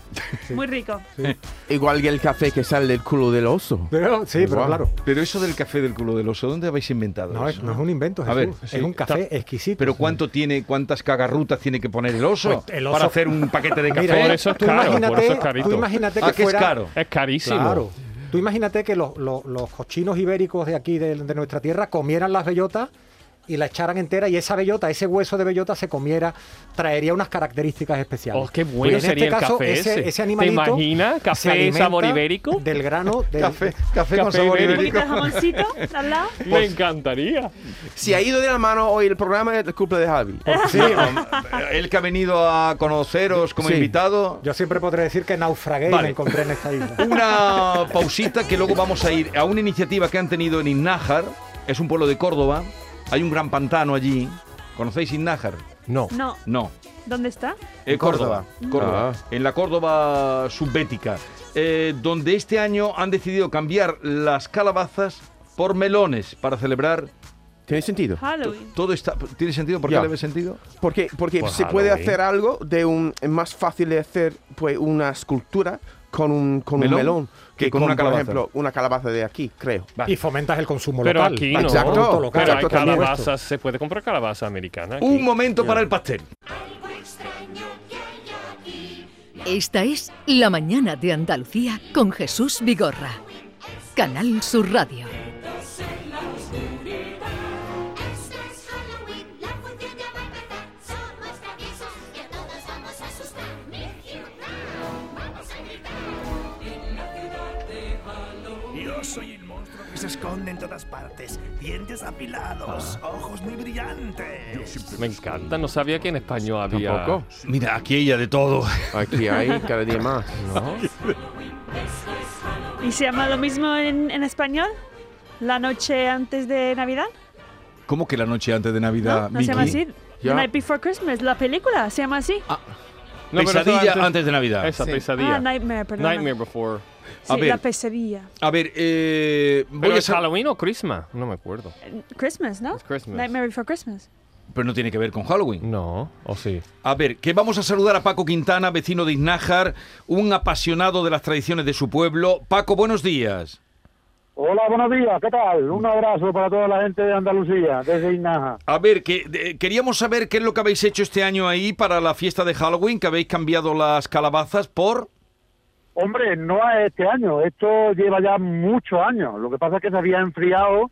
Speaker 5: Muy rico.
Speaker 6: Igual que el café que sale del culo del oso.
Speaker 8: Pero, sí, pero
Speaker 6: Igual.
Speaker 8: claro.
Speaker 4: Pero eso del café del culo del oso, ¿dónde habéis inventado
Speaker 8: No es,
Speaker 4: eso?
Speaker 8: no es un invento,
Speaker 4: A ver,
Speaker 8: Jesús,
Speaker 4: sí,
Speaker 8: es un café exquisito.
Speaker 4: Pero cuánto tiene, cuántas cagarrutas tiene que poner el oso,
Speaker 8: Pues el oso-
Speaker 4: para hacer un paquete de café.
Speaker 8: Mira,
Speaker 3: Por eso es
Speaker 8: tú
Speaker 3: caro, por
Speaker 8: imagínate,
Speaker 3: eso es carito.
Speaker 8: Tú imagínate
Speaker 4: Ah,
Speaker 8: que,
Speaker 4: que es
Speaker 8: fuera-
Speaker 4: caro.
Speaker 3: Es carísimo.
Speaker 8: Claro. Tú imagínate que los, los- los cochinos ibéricos de aquí, de, de nuestra tierra, comieran las bellotas y la echaran entera y esa bellota, ese hueso de bellota se comiera, traería unas características especiales.
Speaker 3: Oh, qué bueno
Speaker 8: en
Speaker 3: sería
Speaker 8: este
Speaker 3: el
Speaker 8: caso,
Speaker 3: café ese.
Speaker 8: ese,
Speaker 3: ¿Te
Speaker 8: ese animalito
Speaker 3: imaginas?
Speaker 8: se
Speaker 3: Café
Speaker 8: alimenta
Speaker 3: sabor ibérico.
Speaker 8: Del grano del
Speaker 4: Café, café con
Speaker 3: Café
Speaker 4: sabor
Speaker 5: Un
Speaker 3: ibérico.
Speaker 5: poquito
Speaker 4: ibérico.
Speaker 5: de jamoncito al lado.
Speaker 3: Me encantaría.
Speaker 6: Pues, Si ha ido de la mano hoy el programa, es culpa de Javi.
Speaker 4: Sí, el que ha venido a conoceros como
Speaker 6: Sí.
Speaker 4: invitado.
Speaker 8: Yo siempre podré decir que naufragué y
Speaker 4: Vale.
Speaker 8: me encontré en esta isla.
Speaker 4: Una pausita que luego vamos a ir a una iniciativa que han tenido en Innájar. Es un pueblo de Córdoba. Hay un gran pantano allí. ¿Conocéis Innájar?
Speaker 6: No.
Speaker 5: No,
Speaker 4: No.
Speaker 5: ¿dónde está?
Speaker 4: Eh, Córdoba.
Speaker 7: Córdoba.
Speaker 4: Córdoba. En la Córdoba subbética. eh, donde este año han decidido cambiar las calabazas por melones para celebrar.
Speaker 6: ¿Tiene sentido?
Speaker 5: Halloween.
Speaker 4: Todo está. ¿Tiene sentido? ¿Por qué
Speaker 6: Ya.
Speaker 4: le ve sentido?
Speaker 6: Porque, porque
Speaker 4: Pues
Speaker 3: Por
Speaker 6: se puede
Speaker 3: Halloween.
Speaker 6: hacer algo de un es más fácil de hacer pues una escultura con un con
Speaker 4: ¿Melón?
Speaker 6: un melón que, con, una
Speaker 4: calabaza.
Speaker 6: por ejemplo una calabaza de aquí creo.
Speaker 8: Y fomentas el consumo
Speaker 3: Pero
Speaker 8: local.
Speaker 3: aquí no.
Speaker 6: Exacto,
Speaker 8: Producto local.
Speaker 3: Pero hay
Speaker 6: Exacto, también.
Speaker 3: calabazas, se puede comprar calabaza americana. aquí.
Speaker 4: Un momento para el pastel.
Speaker 2: Esta es La Mañana de Andalucía con Jesús Vigorra. Canal Sur Radio.
Speaker 10: Yo soy el monstruo que se esconde en todas partes. Dientes apilados, ojos muy brillantes.
Speaker 3: Me encanta, no sabía que en español había.
Speaker 4: Mira, aquí ella de todo.
Speaker 6: Aquí hay cada día más.
Speaker 5: ¿Y se llama lo mismo en, en español? ¿La noche antes de Navidad?
Speaker 4: ¿Cómo que la noche antes de Navidad,
Speaker 5: ¿No? ¿No se llama
Speaker 4: Vicky?
Speaker 5: así?
Speaker 6: Ya.
Speaker 5: Night Before Christmas, la película, ¿se llama así?
Speaker 4: Ah,
Speaker 3: No, pero eso
Speaker 4: Pesadilla antes... de Navidad.
Speaker 3: Esa
Speaker 7: Sí.
Speaker 3: pesadilla.
Speaker 5: Ah, Nightmare, perdón.
Speaker 3: Nightmare Before.
Speaker 5: Sí,
Speaker 4: A ver.
Speaker 5: la pesadilla.
Speaker 4: A ver, eh, voy
Speaker 3: ¿Pero
Speaker 4: a
Speaker 3: es
Speaker 4: sal-
Speaker 3: Halloween o Christmas? No me acuerdo.
Speaker 5: Eh, Christmas, ¿no?
Speaker 3: It's Christmas.
Speaker 5: Nightmare Before Christmas.
Speaker 4: Pero no tiene que ver con Halloween.
Speaker 3: No, o sí.
Speaker 4: A ver, que vamos a saludar a Paco Quintana, vecino de Iznájar, un apasionado de las tradiciones de su pueblo. Paco, buenos días.
Speaker 11: Hola, buenos días, ¿qué tal? Un abrazo para toda la gente de Andalucía, desde Inaja.
Speaker 4: A ver, que de- queríamos saber qué es lo que habéis hecho este año ahí para la fiesta de Halloween, que habéis cambiado las calabazas por...
Speaker 11: Hombre, no a este año, esto lleva ya muchos años. Lo que pasa es que se había enfriado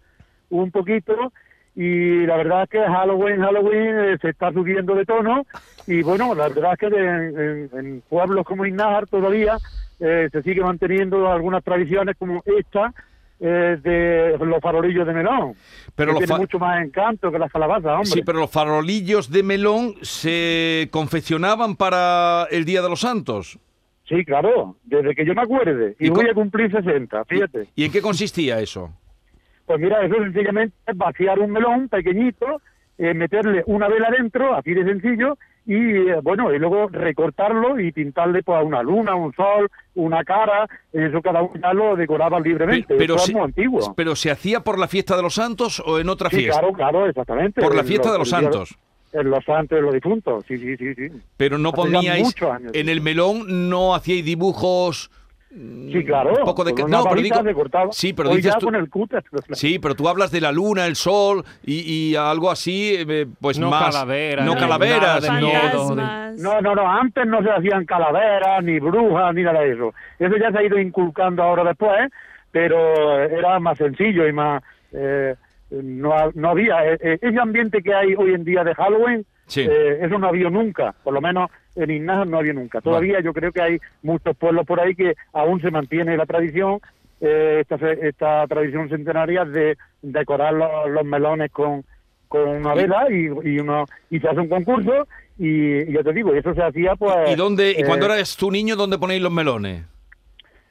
Speaker 11: un poquito y la verdad es que Halloween, Halloween eh, se está subiendo de tono y bueno, la verdad es que de- en, en pueblos como Innájar todavía eh, se sigue manteniendo algunas tradiciones como esta eh, de los farolillos de melón.
Speaker 4: Pero
Speaker 11: que
Speaker 4: los
Speaker 11: tiene
Speaker 4: fa-
Speaker 11: mucho más encanto que las calabazas, hombre.
Speaker 4: Sí, pero los farolillos de melón se confeccionaban para el Día de los Santos.
Speaker 11: Sí, claro, desde que yo me acuerde. Y,
Speaker 4: ¿Y
Speaker 11: voy
Speaker 4: con-
Speaker 11: a cumplir 60, fíjate.
Speaker 4: ¿Y en qué consistía eso?
Speaker 11: Pues mira, eso sencillamente es vaciar un melón pequeñito, eh, meterle una vela dentro, así de sencillo, y eh, bueno, y luego recortarlo y pintarle pues, a una luna, un sol, una cara, eso cada uno ya lo decoraba libremente. eso
Speaker 4: se-
Speaker 11: es muy antiguo.
Speaker 4: pero se hacía por la fiesta de los santos o en otra
Speaker 11: Sí,
Speaker 4: fiesta.
Speaker 11: claro, claro, exactamente.
Speaker 4: Por la
Speaker 11: El-
Speaker 4: fiesta de los
Speaker 11: el día
Speaker 4: santos.
Speaker 11: en los santos de los difuntos, sí, sí, sí. sí.
Speaker 4: Pero no
Speaker 11: Hace ya
Speaker 4: poníais. eh,
Speaker 11: muchos años.
Speaker 4: En el melón no hacíais dibujos.
Speaker 11: Sí, claro.
Speaker 4: Un poco de
Speaker 11: con
Speaker 4: ca-
Speaker 11: una
Speaker 4: no, pero
Speaker 11: varita
Speaker 4: digo-
Speaker 11: se cortaba.
Speaker 4: sí, pero
Speaker 11: Hoy
Speaker 4: dices
Speaker 11: ya
Speaker 4: tú-
Speaker 11: con el cúter.
Speaker 4: Sí, pero tú hablas de la luna, el sol y, y algo así, eh, pues
Speaker 3: No
Speaker 4: más.
Speaker 3: calaveras,
Speaker 4: no
Speaker 3: ni nada
Speaker 4: calaveras.
Speaker 3: de
Speaker 4: no-
Speaker 3: miedo,
Speaker 11: No, no, no, antes no se hacían calaveras, ni brujas, ni nada de eso. Eso ya se ha ido inculcando ahora después, pero eh, era más sencillo y más... eh, no, ha- no había... eh, eh, ese ambiente que hay hoy en día de Halloween,
Speaker 4: Sí.
Speaker 11: eh, eso no había nunca, por lo menos en Ignacio no había nunca. Todavía yo creo que hay muchos pueblos por ahí que aún se mantiene la tradición, eh, esta, fe- esta tradición centenaria de decorar los, los melones con, con una vela y, y, uno, y se hace un concurso y, y yo te digo, y eso se hacía pues...
Speaker 4: ¿Y dónde? ¿Y
Speaker 11: eh,
Speaker 4: cuando eras tú niño, dónde ponéis los melones?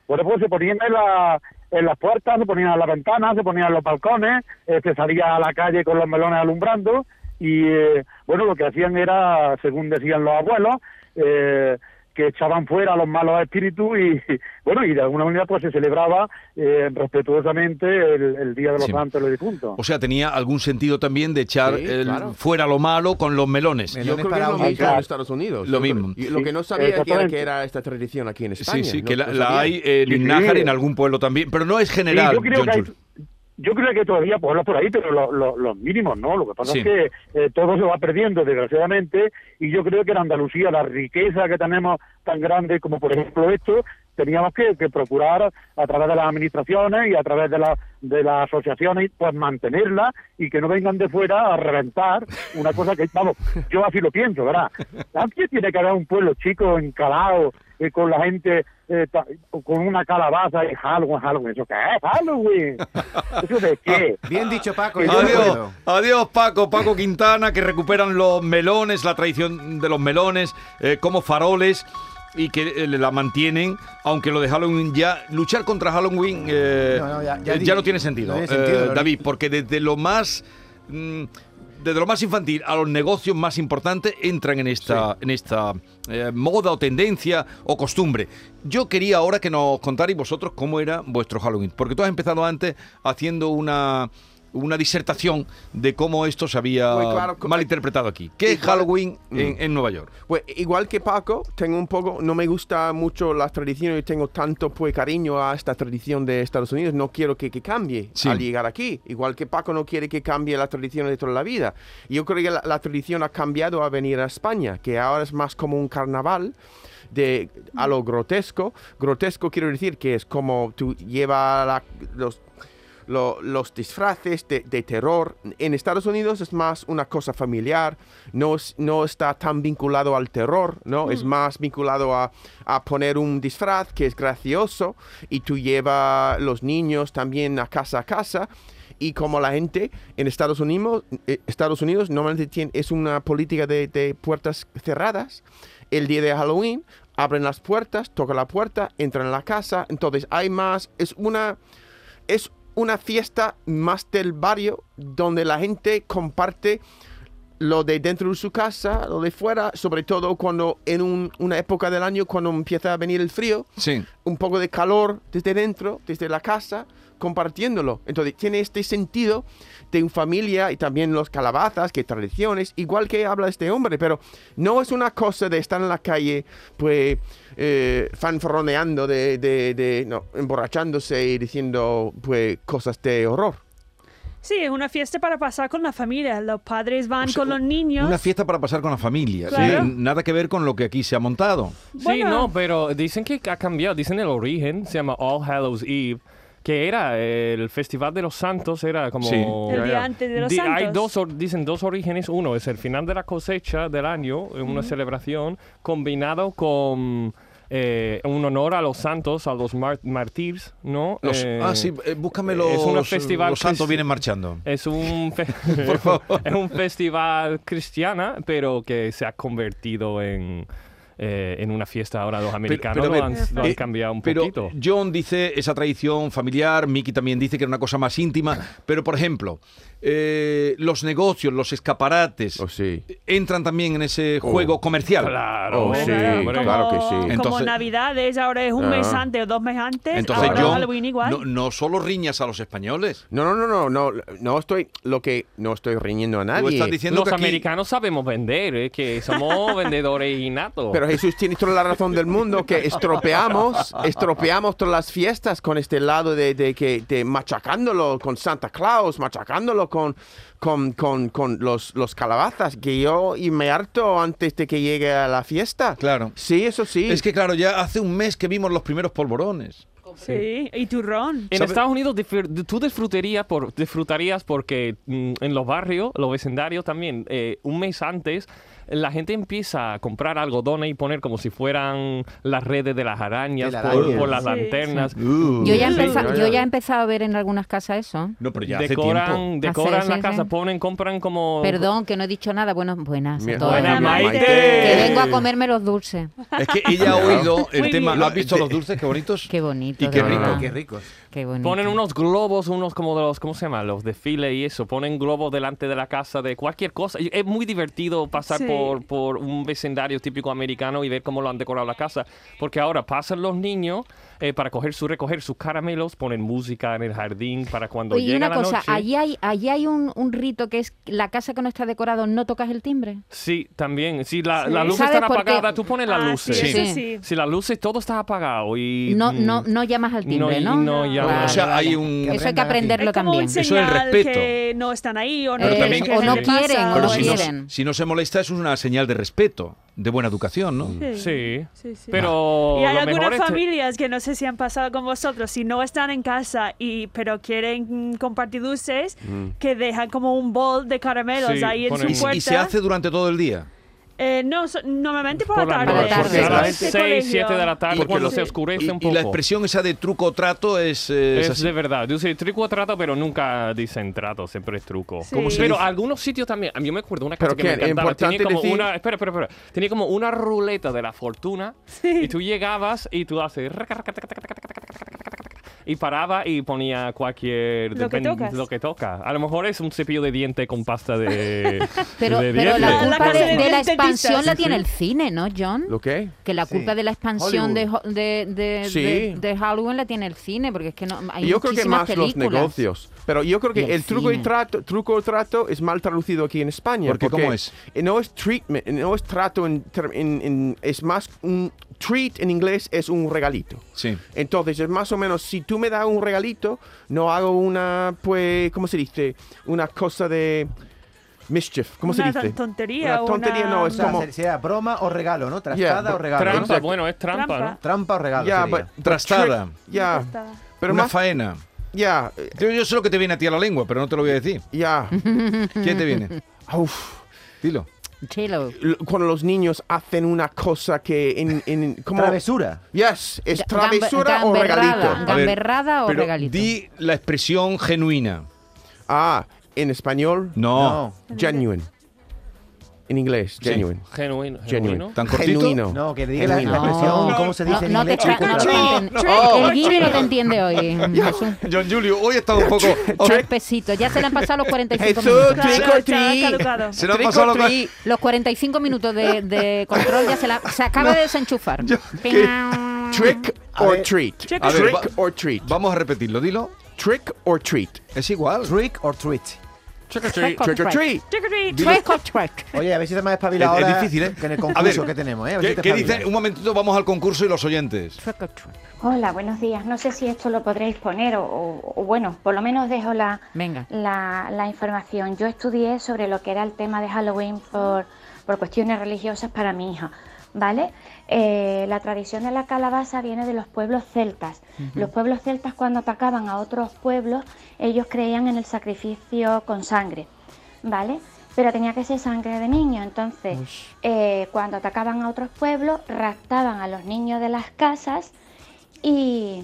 Speaker 11: Bueno, pues se ponían en, la- en las puertas, se ponían en las ventanas, se ponían en los balcones, eh, se salía a la calle con los melones alumbrando y, eh, bueno, lo que hacían era, según decían los abuelos, eh, que echaban fuera a los malos espíritus y, bueno, y de alguna manera pues se celebraba eh, respetuosamente el, el Día de los
Speaker 4: Sí.
Speaker 11: Santos y los Difuntos.
Speaker 4: O sea, tenía algún sentido también de echar
Speaker 6: Sí,
Speaker 4: el-
Speaker 6: claro.
Speaker 4: fuera lo malo con los melones.
Speaker 6: Yo creo que es lo mismo en Estados Unidos.
Speaker 4: Lo
Speaker 6: Yo creo-
Speaker 4: mismo.
Speaker 6: y lo
Speaker 11: Sí, Eh,
Speaker 6: que no sabía que era,
Speaker 11: exactamente.
Speaker 6: que era esta tradición aquí en España.
Speaker 4: Sí, sí,
Speaker 6: no-
Speaker 4: que la,
Speaker 6: no
Speaker 4: la
Speaker 6: sabía.
Speaker 4: hay en
Speaker 11: Sí, sí.
Speaker 4: Nájar, en algún pueblo también, pero no es general.
Speaker 11: Sí, yo, creo
Speaker 4: John
Speaker 11: que hay,
Speaker 4: Jules.
Speaker 11: yo creo que todavía pueblos por ahí, pero lo- lo- los mínimos, ¿no? Lo que pasa
Speaker 4: Sí.
Speaker 11: es que eh, todo se va perdiendo, desgraciadamente, y yo creo que en Andalucía la riqueza que tenemos tan grande como, por ejemplo, esto, teníamos que, que procurar a través de las administraciones y a través de, la- de las asociaciones, pues mantenerla y que no vengan de fuera a reventar una cosa que, vamos, yo así lo pienso, ¿verdad? Antes tiene que haber un pueblo chico, encalado, eh, con la gente eh, ta- con una calabaza y Halloween, Halloween. ¿Eso qué es? Halloween. ¿Eso de qué?
Speaker 7: Bien dicho, Paco. yo de
Speaker 4: Adiós,
Speaker 7: acuerdo.
Speaker 4: adiós Paco, Paco Quintana, que recuperan los melones, la tradición de los melones eh, como faroles y que eh, la mantienen, aunque lo de Halloween ya, luchar contra Halloween eh,
Speaker 7: No, no, ya-
Speaker 4: eh,
Speaker 7: ya
Speaker 4: ya,
Speaker 7: di-
Speaker 4: no tiene sentido,
Speaker 7: no tiene sentido,
Speaker 4: eh,
Speaker 7: lo-
Speaker 4: David, porque desde lo más... mm, desde lo más infantil a los negocios más importantes entran en esta, en esta eh, moda o tendencia o costumbre. Yo quería ahora que nos contarais vosotros cómo era vuestro Halloween, porque tú has empezado antes haciendo una, una disertación de cómo esto se había
Speaker 6: Muy claro, co-
Speaker 4: mal interpretado aquí. ¿Qué es
Speaker 6: Igual-
Speaker 4: Halloween en,
Speaker 6: Mm.
Speaker 4: en Nueva York?
Speaker 6: Pues igual que Paco, tengo un poco, no me gusta mucho las tradiciones, tengo tanto pues cariño a esta tradición de Estados Unidos, no quiero que, que cambie
Speaker 4: Sí.
Speaker 6: al llegar aquí. Igual que Paco no quiere que cambie las tradiciones de toda la vida. Yo creo que la, la tradición ha cambiado a venir a España, que ahora es más como un carnaval de a lo grotesco. Grotesco quiero decir que es como tú llevas la- los lo- los disfraces de, de terror. En Estados Unidos es más una cosa familiar, no, es- no está tan vinculado al terror, ¿no? Es más vinculado a, a poner un disfraz que es gracioso y tú llevas los niños también a casa a casa. Y como la gente en Estados Unidos, eh, Estados Unidos normalmente tiene, es una política de, de puertas cerradas, el día de Halloween abren las puertas, tocan la puerta, entran a la casa, entonces hay más, es una es una fiesta más del barrio donde la gente comparte lo de dentro de su casa, lo de fuera, sobre todo cuando en un- una época del año cuando empieza a venir el frío,
Speaker 4: Sí.
Speaker 6: un poco de calor desde dentro, desde la casa, compartiéndolo. Entonces tiene este sentido de una familia y también los calabazas, que tradiciones, igual que habla este hombre, pero no es una cosa de estar en la calle, pues eh, fanfarroneando, de, de- de- no, emborrachándose y diciendo pues cosas de horror.
Speaker 5: Sí, es una fiesta para pasar con la familia. Los padres van
Speaker 4: O sea,
Speaker 5: con los niños.
Speaker 4: Una fiesta para pasar con la familia.
Speaker 5: Claro.
Speaker 4: sí, Nada que ver con lo que aquí se ha montado.
Speaker 3: Sí,
Speaker 5: Bueno.
Speaker 3: no, pero dicen que ha cambiado. Dicen el origen, se llama All Hallows Eve, que era eh, el Festival de los Santos, era como...
Speaker 4: Sí.
Speaker 5: El día antes de los
Speaker 3: Di- Hay
Speaker 5: Santos.
Speaker 3: dos, or- dicen dos orígenes. Uno es el final de la cosecha del año, eh, una celebración combinado con... eh, un honor a los santos, a los mar- mártires, ¿no?
Speaker 4: Los-
Speaker 3: Eh,
Speaker 4: ah, sí, eh, búscame
Speaker 3: es
Speaker 4: los,
Speaker 3: una festival
Speaker 4: los santos
Speaker 3: crist-
Speaker 4: vienen marchando.
Speaker 3: Es un, fe-
Speaker 4: Por favor.
Speaker 3: es un festival cristiana, pero que se ha convertido en, eh, en una fiesta ahora los
Speaker 4: Pero-
Speaker 3: americanos
Speaker 4: pero a ver,
Speaker 3: lo, han, lo han
Speaker 4: eh,
Speaker 3: cambiado un
Speaker 4: pero
Speaker 3: poquito.
Speaker 4: John dice esa tradición familiar, Mickey también dice que era una cosa más íntima, pero por ejemplo, eh, los negocios, los escaparates, entran también en ese
Speaker 6: Oh.
Speaker 4: juego comercial.
Speaker 6: Claro, Oh, sí, hombre. claro que sí.
Speaker 5: Como
Speaker 4: Entonces,
Speaker 5: Navidades, ahora es un mes
Speaker 4: Ah.
Speaker 5: antes o dos meses antes.
Speaker 4: entonces
Speaker 5: ahora
Speaker 4: John,
Speaker 5: Halloween igual.
Speaker 4: no, no solo riñas a los españoles.
Speaker 6: No, no, no, no, no, no estoy, lo que, no estoy riñendo a nadie.
Speaker 3: los americanos sabemos vender, es que somos vendedores innatos.
Speaker 6: Pero Jesús tiene toda la razón del mundo que estropeamos, estropeamos todas las fiestas con este lado de, de que de machacándolo con Santa Claus, machacándolo con, con, con, con los, los calabazas, que yo y me harto antes de que llegue a la fiesta.
Speaker 4: Claro.
Speaker 6: Sí, eso sí.
Speaker 4: Es que claro, ya hace un mes que vimos los primeros polvorones.
Speaker 5: Sí, y turrón.
Speaker 3: En Estados Unidos disfr- tú disfrutarías, por, disfrutarías porque mm, en los barrios, los vecindarios también, eh, un mes antes, la gente empieza a comprar algodones y poner como si fueran las redes de las arañas,
Speaker 4: De la
Speaker 3: por,
Speaker 4: araña.
Speaker 3: por las
Speaker 4: Sí.
Speaker 3: lanternas.
Speaker 12: Yo ya, he
Speaker 3: Sí.
Speaker 12: empeza- yo ya he empezado a ver en algunas casas eso.
Speaker 4: No, pero ya hace
Speaker 3: Decoran,
Speaker 4: tiempo.
Speaker 3: decoran
Speaker 12: Hace-
Speaker 3: la
Speaker 12: Ah, sí,
Speaker 3: casa,
Speaker 12: sí.
Speaker 3: ponen, compran como...
Speaker 12: Perdón, que no he dicho nada. Buenas, buenas. a
Speaker 3: Bien.
Speaker 12: todas.
Speaker 3: Buenas, Maite.
Speaker 12: Que vengo a comerme los dulces.
Speaker 4: Es que ella ha oído el
Speaker 12: Muy
Speaker 4: tema.
Speaker 12: bien.
Speaker 4: ¿Has visto
Speaker 12: De-
Speaker 4: los dulces? Qué bonitos.
Speaker 12: Qué bonito.
Speaker 4: Y qué
Speaker 12: de verdad.
Speaker 4: rico.
Speaker 12: Qué bonito.
Speaker 3: Ponen unos globos, unos como de los, ¿cómo se llama? Los desfiles y eso. Ponen globos delante de la casa de cualquier cosa. Y Es muy divertido pasar
Speaker 5: Sí.
Speaker 3: por, por un vecindario típico americano y ver cómo lo han decorado la casa. Porque ahora pasan los niños eh, para coger su, recoger sus caramelos, ponen música en el jardín para cuando
Speaker 12: Oye, y
Speaker 3: llega
Speaker 12: una
Speaker 3: la
Speaker 12: cosa,
Speaker 3: noche.
Speaker 12: allí hay, allí hay un, un rito que es la casa que no está decorado, no tocas el timbre.
Speaker 3: Sí, también. Si la,
Speaker 12: Sí.
Speaker 3: las luces
Speaker 12: ¿Sabes
Speaker 3: están
Speaker 12: por qué?
Speaker 3: apagadas, tú pones las
Speaker 12: Ah, sí,
Speaker 3: luces.
Speaker 12: eso Sí. sí.
Speaker 3: Si las luces, todo está apagado y...
Speaker 12: No,
Speaker 3: mm,
Speaker 12: no, no llamas al timbre,
Speaker 3: no,
Speaker 12: ¿no?
Speaker 3: no llamas.
Speaker 12: Vale,
Speaker 3: O sea,
Speaker 12: vale.
Speaker 3: hay un- Que
Speaker 12: Eso hay
Speaker 3: aprendan aquí.
Speaker 12: que aprenderlo
Speaker 5: es como
Speaker 12: también.
Speaker 5: un señal
Speaker 4: Eso es el respeto.
Speaker 5: que no están ahí o no,
Speaker 4: Pero
Speaker 5: quieren
Speaker 4: también-
Speaker 5: que la
Speaker 4: o no
Speaker 5: gente pasa,
Speaker 12: quieren,
Speaker 4: Pero
Speaker 12: no
Speaker 4: si,
Speaker 12: quieren.
Speaker 4: No, si no se molesta es una señal de respeto, de buena educación, ¿no?
Speaker 3: Sí.
Speaker 5: Sí, sí.
Speaker 3: Pero
Speaker 5: Y hay
Speaker 3: lo
Speaker 5: algunas
Speaker 3: mejor es que-
Speaker 5: familias que no sé si han pasado con vosotros, si no están en casa y pero quieren mm, compartir dulces,
Speaker 4: Mm.
Speaker 5: que dejan como un bol de caramelos
Speaker 4: Sí,
Speaker 5: ahí en
Speaker 4: ponen-
Speaker 5: su
Speaker 4: ¿Y-
Speaker 5: puerta.
Speaker 4: ¿Y, se hace durante todo el día?
Speaker 5: Eh, no, so- normalmente por, la tarde.
Speaker 3: porque a las
Speaker 5: Este
Speaker 3: 6,
Speaker 5: colegio.
Speaker 3: 7 de la tarde,
Speaker 4: Porque
Speaker 3: cuando
Speaker 4: lo-
Speaker 3: se oscurece
Speaker 4: y-
Speaker 3: un
Speaker 4: Y
Speaker 3: poco.
Speaker 4: la expresión esa de truco o trato es... eh,
Speaker 3: es
Speaker 4: así.
Speaker 3: de verdad. Yo sé truco o trato, pero nunca dicen trato, siempre es truco.
Speaker 4: Sí. ¿Cómo se
Speaker 3: pero
Speaker 4: dice?
Speaker 3: algunos sitios también. A mí me acuerdo una
Speaker 6: Pero
Speaker 3: casa que me
Speaker 6: que es
Speaker 3: encantaba. Tenía
Speaker 6: importante
Speaker 3: como
Speaker 6: decir-
Speaker 3: una. Espera, espera, espera. Tenía como una ruleta de la fortuna. Y tú llegabas y tú haces. raca, raca, taca, taca, taca, taca, taca, taca, taca, taca, taca, Y paraba y ponía cualquier.
Speaker 12: Lo que
Speaker 3: depen-
Speaker 12: tocas.
Speaker 3: lo que toca. A lo mejor es un cepillo de diente con pasta de.
Speaker 12: Pero,
Speaker 3: de
Speaker 12: pero la
Speaker 3: diente.
Speaker 12: culpa de, de la
Speaker 5: dentistas.
Speaker 12: expansión la
Speaker 3: Sí,
Speaker 12: tiene
Speaker 3: sí.
Speaker 12: el cine, ¿no, John?
Speaker 6: ¿Lo qué?
Speaker 12: Que la culpa de la expansión de,
Speaker 6: Hollywood.
Speaker 12: Ho- de, de-
Speaker 6: Sí.
Speaker 12: de- de Halloween la tiene el cine, porque es que no hay
Speaker 6: yo creo que
Speaker 12: muchísimas
Speaker 6: más los
Speaker 12: películas.
Speaker 6: negocios. Pero yo creo
Speaker 12: Y
Speaker 6: que
Speaker 12: el
Speaker 6: el truco y
Speaker 12: cine.
Speaker 6: trato, truco o trato es mal traducido aquí en España.
Speaker 4: ¿Por qué?
Speaker 6: porque
Speaker 4: ¿Cómo es?
Speaker 6: No es treatment, no es trato, en ter- en- en- es más un treat en inglés es un regalito.
Speaker 4: Sí.
Speaker 6: Entonces es más o menos si tú me das un regalito, no hago una, pues, ¿cómo se dice? Una cosa de mischief, ¿cómo
Speaker 5: Una
Speaker 6: se dice?
Speaker 5: tontería,
Speaker 6: Una tontería
Speaker 5: una-
Speaker 6: no, es
Speaker 7: O sea,
Speaker 6: como
Speaker 7: se- sea broma o regalo, ¿no? Trastada
Speaker 6: Yeah,
Speaker 7: o regalo.
Speaker 6: trampa,
Speaker 7: Exacto.
Speaker 6: bueno,
Speaker 3: es
Speaker 6: trampa, Trampa. ¿no?
Speaker 7: Trampa o regalo.
Speaker 6: Yeah,
Speaker 7: sería.
Speaker 6: but- but
Speaker 4: Trastada.
Speaker 6: trick- yeah. Pero
Speaker 4: una
Speaker 6: más-
Speaker 4: faena.
Speaker 6: Ya.
Speaker 4: Yo, yo sé lo que te viene a ti a la lengua, pero no te lo voy a decir.
Speaker 6: Ya.
Speaker 4: ¿Qué te viene?
Speaker 6: Ah, Uf.
Speaker 4: Dilo.
Speaker 12: Chilo.
Speaker 6: L- cuando los niños hacen una cosa que en, en como
Speaker 4: Travesura.
Speaker 6: Yes, es
Speaker 12: Ga-
Speaker 6: travesura
Speaker 12: gambe-
Speaker 6: o regalito.
Speaker 12: gamberrada, gamberrada o
Speaker 6: pero
Speaker 12: regalito.
Speaker 4: Di la expresión genuina.
Speaker 6: Ah, en español.
Speaker 4: No.
Speaker 6: Genuine. En inglés,
Speaker 4: Sí.
Speaker 6: genuine.
Speaker 3: Genuino.
Speaker 6: Genuine.
Speaker 4: ¿Tan cortito?
Speaker 6: Genuino.
Speaker 7: No, que diga la, la
Speaker 6: Genuino.
Speaker 7: expresión, cómo se dice
Speaker 12: No,
Speaker 7: en
Speaker 12: no te
Speaker 7: inglés.
Speaker 12: está- no te
Speaker 7: Chicurra.
Speaker 12: entiende. el guiri no te entiende hoy. Jesús.
Speaker 4: John Julio, hoy está un poco.
Speaker 12: Espesito. Ya se le han pasado los 45
Speaker 4: Jesús,
Speaker 12: minutos.
Speaker 4: trick or Claro, está treat. caducado. Se le han
Speaker 12: Trick
Speaker 4: pasado
Speaker 12: or
Speaker 4: los-
Speaker 12: treat. los 45 minutos de, de control ya se, la, se acaba de desenchufar.
Speaker 6: Trick
Speaker 4: A
Speaker 6: or
Speaker 4: ver.
Speaker 6: treat.
Speaker 4: Trick
Speaker 6: A
Speaker 4: or
Speaker 6: ver,
Speaker 4: treat.
Speaker 6: va- or treat.
Speaker 4: Vamos a repetirlo, dilo.
Speaker 6: Trick or treat.
Speaker 4: Es igual.
Speaker 7: Trick or treat.
Speaker 3: Trick
Speaker 7: or treat.
Speaker 6: Trick or treat.
Speaker 7: Dilo.
Speaker 12: Trick or treat.
Speaker 7: Oye, a ver si te más espabilado
Speaker 4: Es- es
Speaker 7: ahora
Speaker 4: difícil, ¿eh?
Speaker 7: que en el
Speaker 4: A ver,
Speaker 7: concurso que tenemos, ¿eh? A ver
Speaker 4: ¿Qué,
Speaker 7: si te
Speaker 4: qué
Speaker 7: espabilas.
Speaker 4: dice? Un momentito, vamos al concurso y los oyentes.
Speaker 13: Hola, buenos días. No sé si esto lo podréis poner o, o- o bueno, por lo menos dejo la,
Speaker 12: Venga.
Speaker 13: la, la información. Yo estudié sobre lo que era el tema de Halloween por, por cuestiones religiosas para mi hija, ¿vale? Eh, la tradición de la calabaza viene de los pueblos celtas.
Speaker 14: Ujú.
Speaker 13: Los pueblos celtas cuando atacaban a otros pueblos, ellos creían en el sacrificio con sangre, ¿vale? Pero tenía que ser sangre de niño, entonces eh, cuando atacaban a otros pueblos, raptaban a los niños de las casas y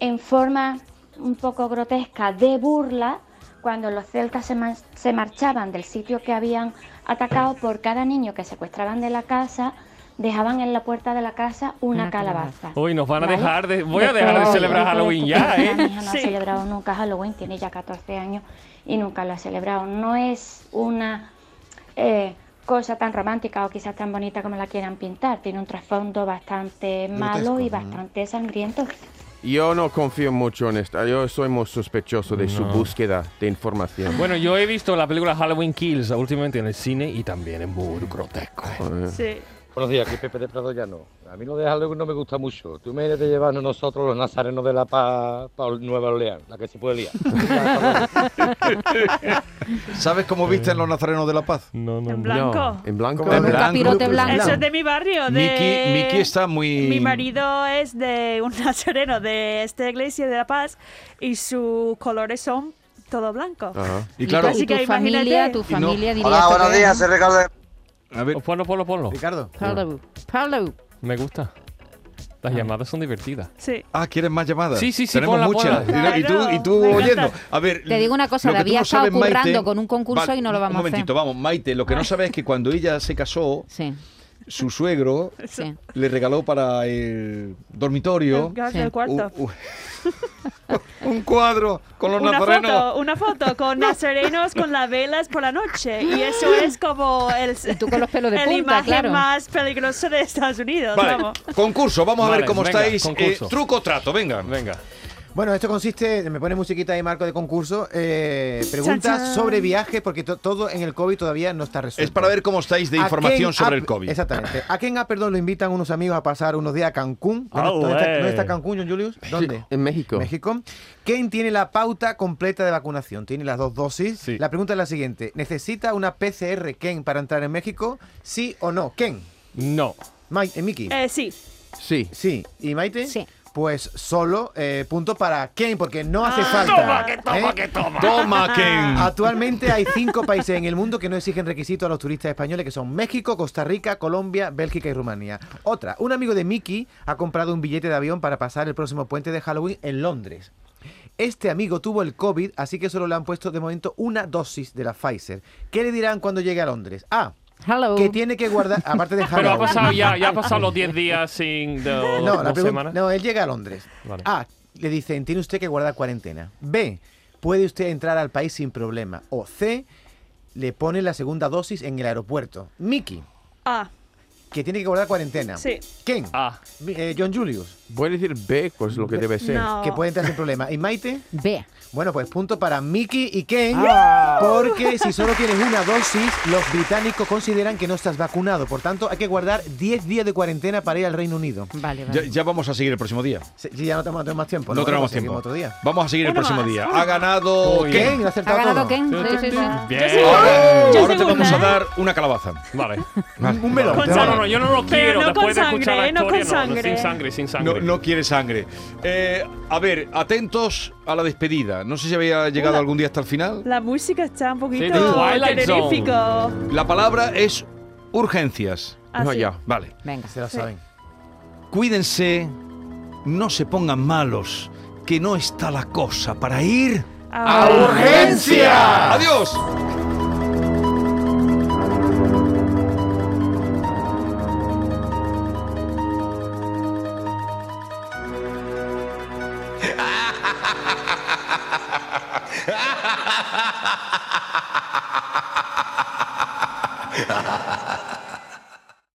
Speaker 13: en forma un poco grotesca de burla, cuando los celtas se, man- se marchaban del sitio que habían atacado, por cada niño que secuestraban de la casa, dejaban en la puerta de la casa una, calabaza.
Speaker 3: Uy, nos van a
Speaker 13: ¿Vale?
Speaker 3: dejar de. Voy a dejar de
Speaker 13: Pero,
Speaker 3: celebrar
Speaker 13: oye,
Speaker 3: Halloween
Speaker 13: tu
Speaker 3: ya,
Speaker 13: hija, Mi
Speaker 3: ¿eh?
Speaker 13: hija no ha celebrado nunca Halloween, tiene ya 14 años y nunca lo ha celebrado. No es una eh, cosa tan romántica o quizás tan bonita como la quieran pintar. Tiene un trasfondo bastante malo y bastante sangriento.
Speaker 6: Yo no confío mucho en esta. Yo soy muy sospechoso de su
Speaker 3: No.
Speaker 6: búsqueda de información.
Speaker 3: Bueno, yo he visto la película Halloween Kills últimamente en el cine y también es muy grotesco.
Speaker 5: Sí.
Speaker 14: Buenos días, aquí Pepe de Prado ya no. A mí lo de Halloween no me gusta mucho. Tú me de llevarnos nosotros los nazarenos de la paz para Nueva Orleans, la que se puede liar.
Speaker 15: ¿Sabes cómo visten los nazarenos de la paz?
Speaker 3: Eh, No, no.
Speaker 5: En blanco. No,
Speaker 6: en blanco.
Speaker 5: Con un capirote Eso es de mi barrio. De...
Speaker 4: Miki- Miki está muy-
Speaker 5: Mi marido es de un nazareno de esta iglesia de La Paz y sus colores son todo blanco.
Speaker 4: Y claro,
Speaker 5: Así que
Speaker 12: tu
Speaker 5: imagínate.
Speaker 12: familia, tu
Speaker 5: Y no-
Speaker 12: familia diría
Speaker 5: Hola,
Speaker 12: que
Speaker 5: buenos
Speaker 12: era-
Speaker 5: días,
Speaker 14: Ricardo.
Speaker 4: A ver.
Speaker 3: Oh, Ponlo, ponlo, ponlo.
Speaker 7: Ricardo.
Speaker 12: Pablo, Pablo.
Speaker 3: Me gusta. Las llamadas son divertidas.
Speaker 5: Sí.
Speaker 4: Ah, ¿quieres más llamadas?
Speaker 3: Sí, sí, sí,
Speaker 4: Tenemos
Speaker 3: ponla,
Speaker 4: muchas.
Speaker 3: ponla.
Speaker 4: Y, y tú, y tú
Speaker 12: Claro.
Speaker 4: oyendo. A ver,
Speaker 12: Te digo una cosa,
Speaker 4: lo que tú
Speaker 12: David
Speaker 4: no
Speaker 12: ha estado
Speaker 4: sabes, Maite-
Speaker 12: currando con un concurso
Speaker 4: Vale,
Speaker 12: y no lo vamos
Speaker 4: Un momentito,
Speaker 12: a
Speaker 4: vamos, Maite, lo que no sabes es que cuando ella se casó, su suegro
Speaker 12: hacer. Sí.
Speaker 4: le regaló para el dormitorio
Speaker 5: El gas del cuarto.
Speaker 4: u- u- un cuadro con los
Speaker 5: una
Speaker 4: nazarenos.
Speaker 5: foto, una foto con nazarenos con las velas por la noche. Y eso es como el,
Speaker 12: con los pelos de
Speaker 5: el
Speaker 12: punta,
Speaker 5: imagen
Speaker 12: claro.
Speaker 5: más peligroso de Estados Unidos.
Speaker 4: Vale,
Speaker 5: Vamos.
Speaker 4: concurso, vamos a
Speaker 3: Vale,
Speaker 4: ver cómo
Speaker 3: venga,
Speaker 4: estáis.
Speaker 3: concurso.
Speaker 4: Eh, truco o trato, venga.
Speaker 3: Venga.
Speaker 7: Bueno, esto consiste, me pone musiquita ahí, Marco, de concurso. eh,
Speaker 4: Chan,
Speaker 7: preguntas
Speaker 4: chan.
Speaker 7: sobre viajes, porque to- todo en el COVID todavía no está resuelto.
Speaker 4: Es para ver cómo estáis de
Speaker 7: ¿A
Speaker 4: información
Speaker 7: Ken
Speaker 4: sobre
Speaker 7: Up-
Speaker 4: el COVID.
Speaker 7: Exactamente. ¿A quién ah, perdón, lo invitan unos amigos a pasar unos días a Cancún? ¿Dónde,
Speaker 4: Ah,
Speaker 7: dónde está,
Speaker 4: güey.
Speaker 7: dónde está Cancún, John Julius? ¿Dónde?
Speaker 6: En México.
Speaker 7: México. Ken tiene la pauta completa de vacunación, tiene las dos dosis. La pregunta es la siguiente: ¿necesita una PCR Ken para entrar en México? ¿Sí o no? ¿Ken?
Speaker 3: No.
Speaker 7: Mike, Miki.
Speaker 5: Eh, sí.
Speaker 6: Sí.
Speaker 7: Sí. ¿Y Maite?
Speaker 12: Sí.
Speaker 7: Pues solo eh, punto para Ken, porque no hace
Speaker 5: Ah.
Speaker 7: falta.
Speaker 5: Toma, que toma,
Speaker 7: ¿eh?
Speaker 5: que toma. Toma, Ken.
Speaker 7: Actualmente hay cinco países en el mundo que no exigen requisitos a los turistas españoles, que son México, Costa Rica, Colombia, Bélgica y Rumanía. Otra, un amigo de Mickey ha comprado un billete de avión para pasar el próximo puente de Halloween en Londres. Este amigo tuvo el COVID, así que solo le han puesto de momento una dosis de la Pfizer. ¿Qué le dirán cuando llegue a Londres? A. Que tiene que guardar, aparte de
Speaker 3: Pero ha
Speaker 7: Halloween.
Speaker 3: pasado ya, ya ha pasado los 10 días sin. de-
Speaker 7: No, la
Speaker 3: dos
Speaker 7: pregun-
Speaker 3: semanas.
Speaker 7: no, él llega a Londres.
Speaker 3: Vale.
Speaker 7: A. Le dicen, tiene usted que guardar cuarentena. B. Puede usted entrar al país sin problema. O C. Le pone la segunda dosis en el aeropuerto. Mickey,
Speaker 5: Ah,
Speaker 7: que tiene que guardar cuarentena.
Speaker 5: Sí.
Speaker 7: Ken. eh,
Speaker 3: A.
Speaker 7: John Julius.
Speaker 6: Voy a decir B, pues lo que debe ser.
Speaker 7: Que puede entrar sin problema. ¿Y Maite?
Speaker 12: B.
Speaker 7: Bueno, pues punto para Mickey y Ken.
Speaker 6: Ah.
Speaker 7: Porque si solo tienes una dosis, los británicos consideran que no estás vacunado. Por tanto, hay que guardar 10 días de cuarentena para ir al Reino Unido.
Speaker 12: Vale,
Speaker 4: Ya, ya vamos a seguir el próximo día.
Speaker 7: Sí, sí, ya no tenemos, no tenemos más tiempo.
Speaker 4: No
Speaker 7: Bueno,
Speaker 4: tenemos
Speaker 7: pues seguimos
Speaker 4: tiempo.
Speaker 7: Otro día.
Speaker 4: Vamos a seguir el
Speaker 7: Uno
Speaker 4: próximo
Speaker 7: más,
Speaker 4: día.
Speaker 7: uno
Speaker 4: Ha
Speaker 7: más.
Speaker 4: ganado
Speaker 7: Muy
Speaker 4: Ken.
Speaker 7: bien, ha acertado Ha ganado todo. Ken, sí, sí, sí.
Speaker 4: Bien.
Speaker 7: Yo soy
Speaker 4: Ahora,
Speaker 7: buena. Yo soy
Speaker 4: ahora te vamos a
Speaker 7: buena,
Speaker 4: dar una calabaza.
Speaker 3: Vale.
Speaker 4: Un melón.
Speaker 3: Con No, no, no, yo no lo
Speaker 5: Pero
Speaker 3: quiero.
Speaker 5: no
Speaker 3: Después
Speaker 5: con
Speaker 3: de escuchar la
Speaker 5: sangre, no con
Speaker 3: historia, no,
Speaker 5: sangre.
Speaker 3: sin sangre, sin
Speaker 4: No,
Speaker 3: sangre.
Speaker 4: no quiere sangre. Eh, a ver, atentos a la despedida. No sé si había llegado
Speaker 5: Hola.
Speaker 4: algún día hasta el final.
Speaker 5: la música está un poquito
Speaker 4: The Twilight Zone.
Speaker 5: terrorífico.
Speaker 4: La palabra es urgencias.
Speaker 5: Ah, No, sí. ya.
Speaker 4: Vale.
Speaker 12: Venga.
Speaker 7: Se la
Speaker 5: Sí.
Speaker 7: saben.
Speaker 4: Cuídense, no se pongan malos, que no está la cosa para ir
Speaker 5: A
Speaker 6: urgencias.
Speaker 4: Adiós.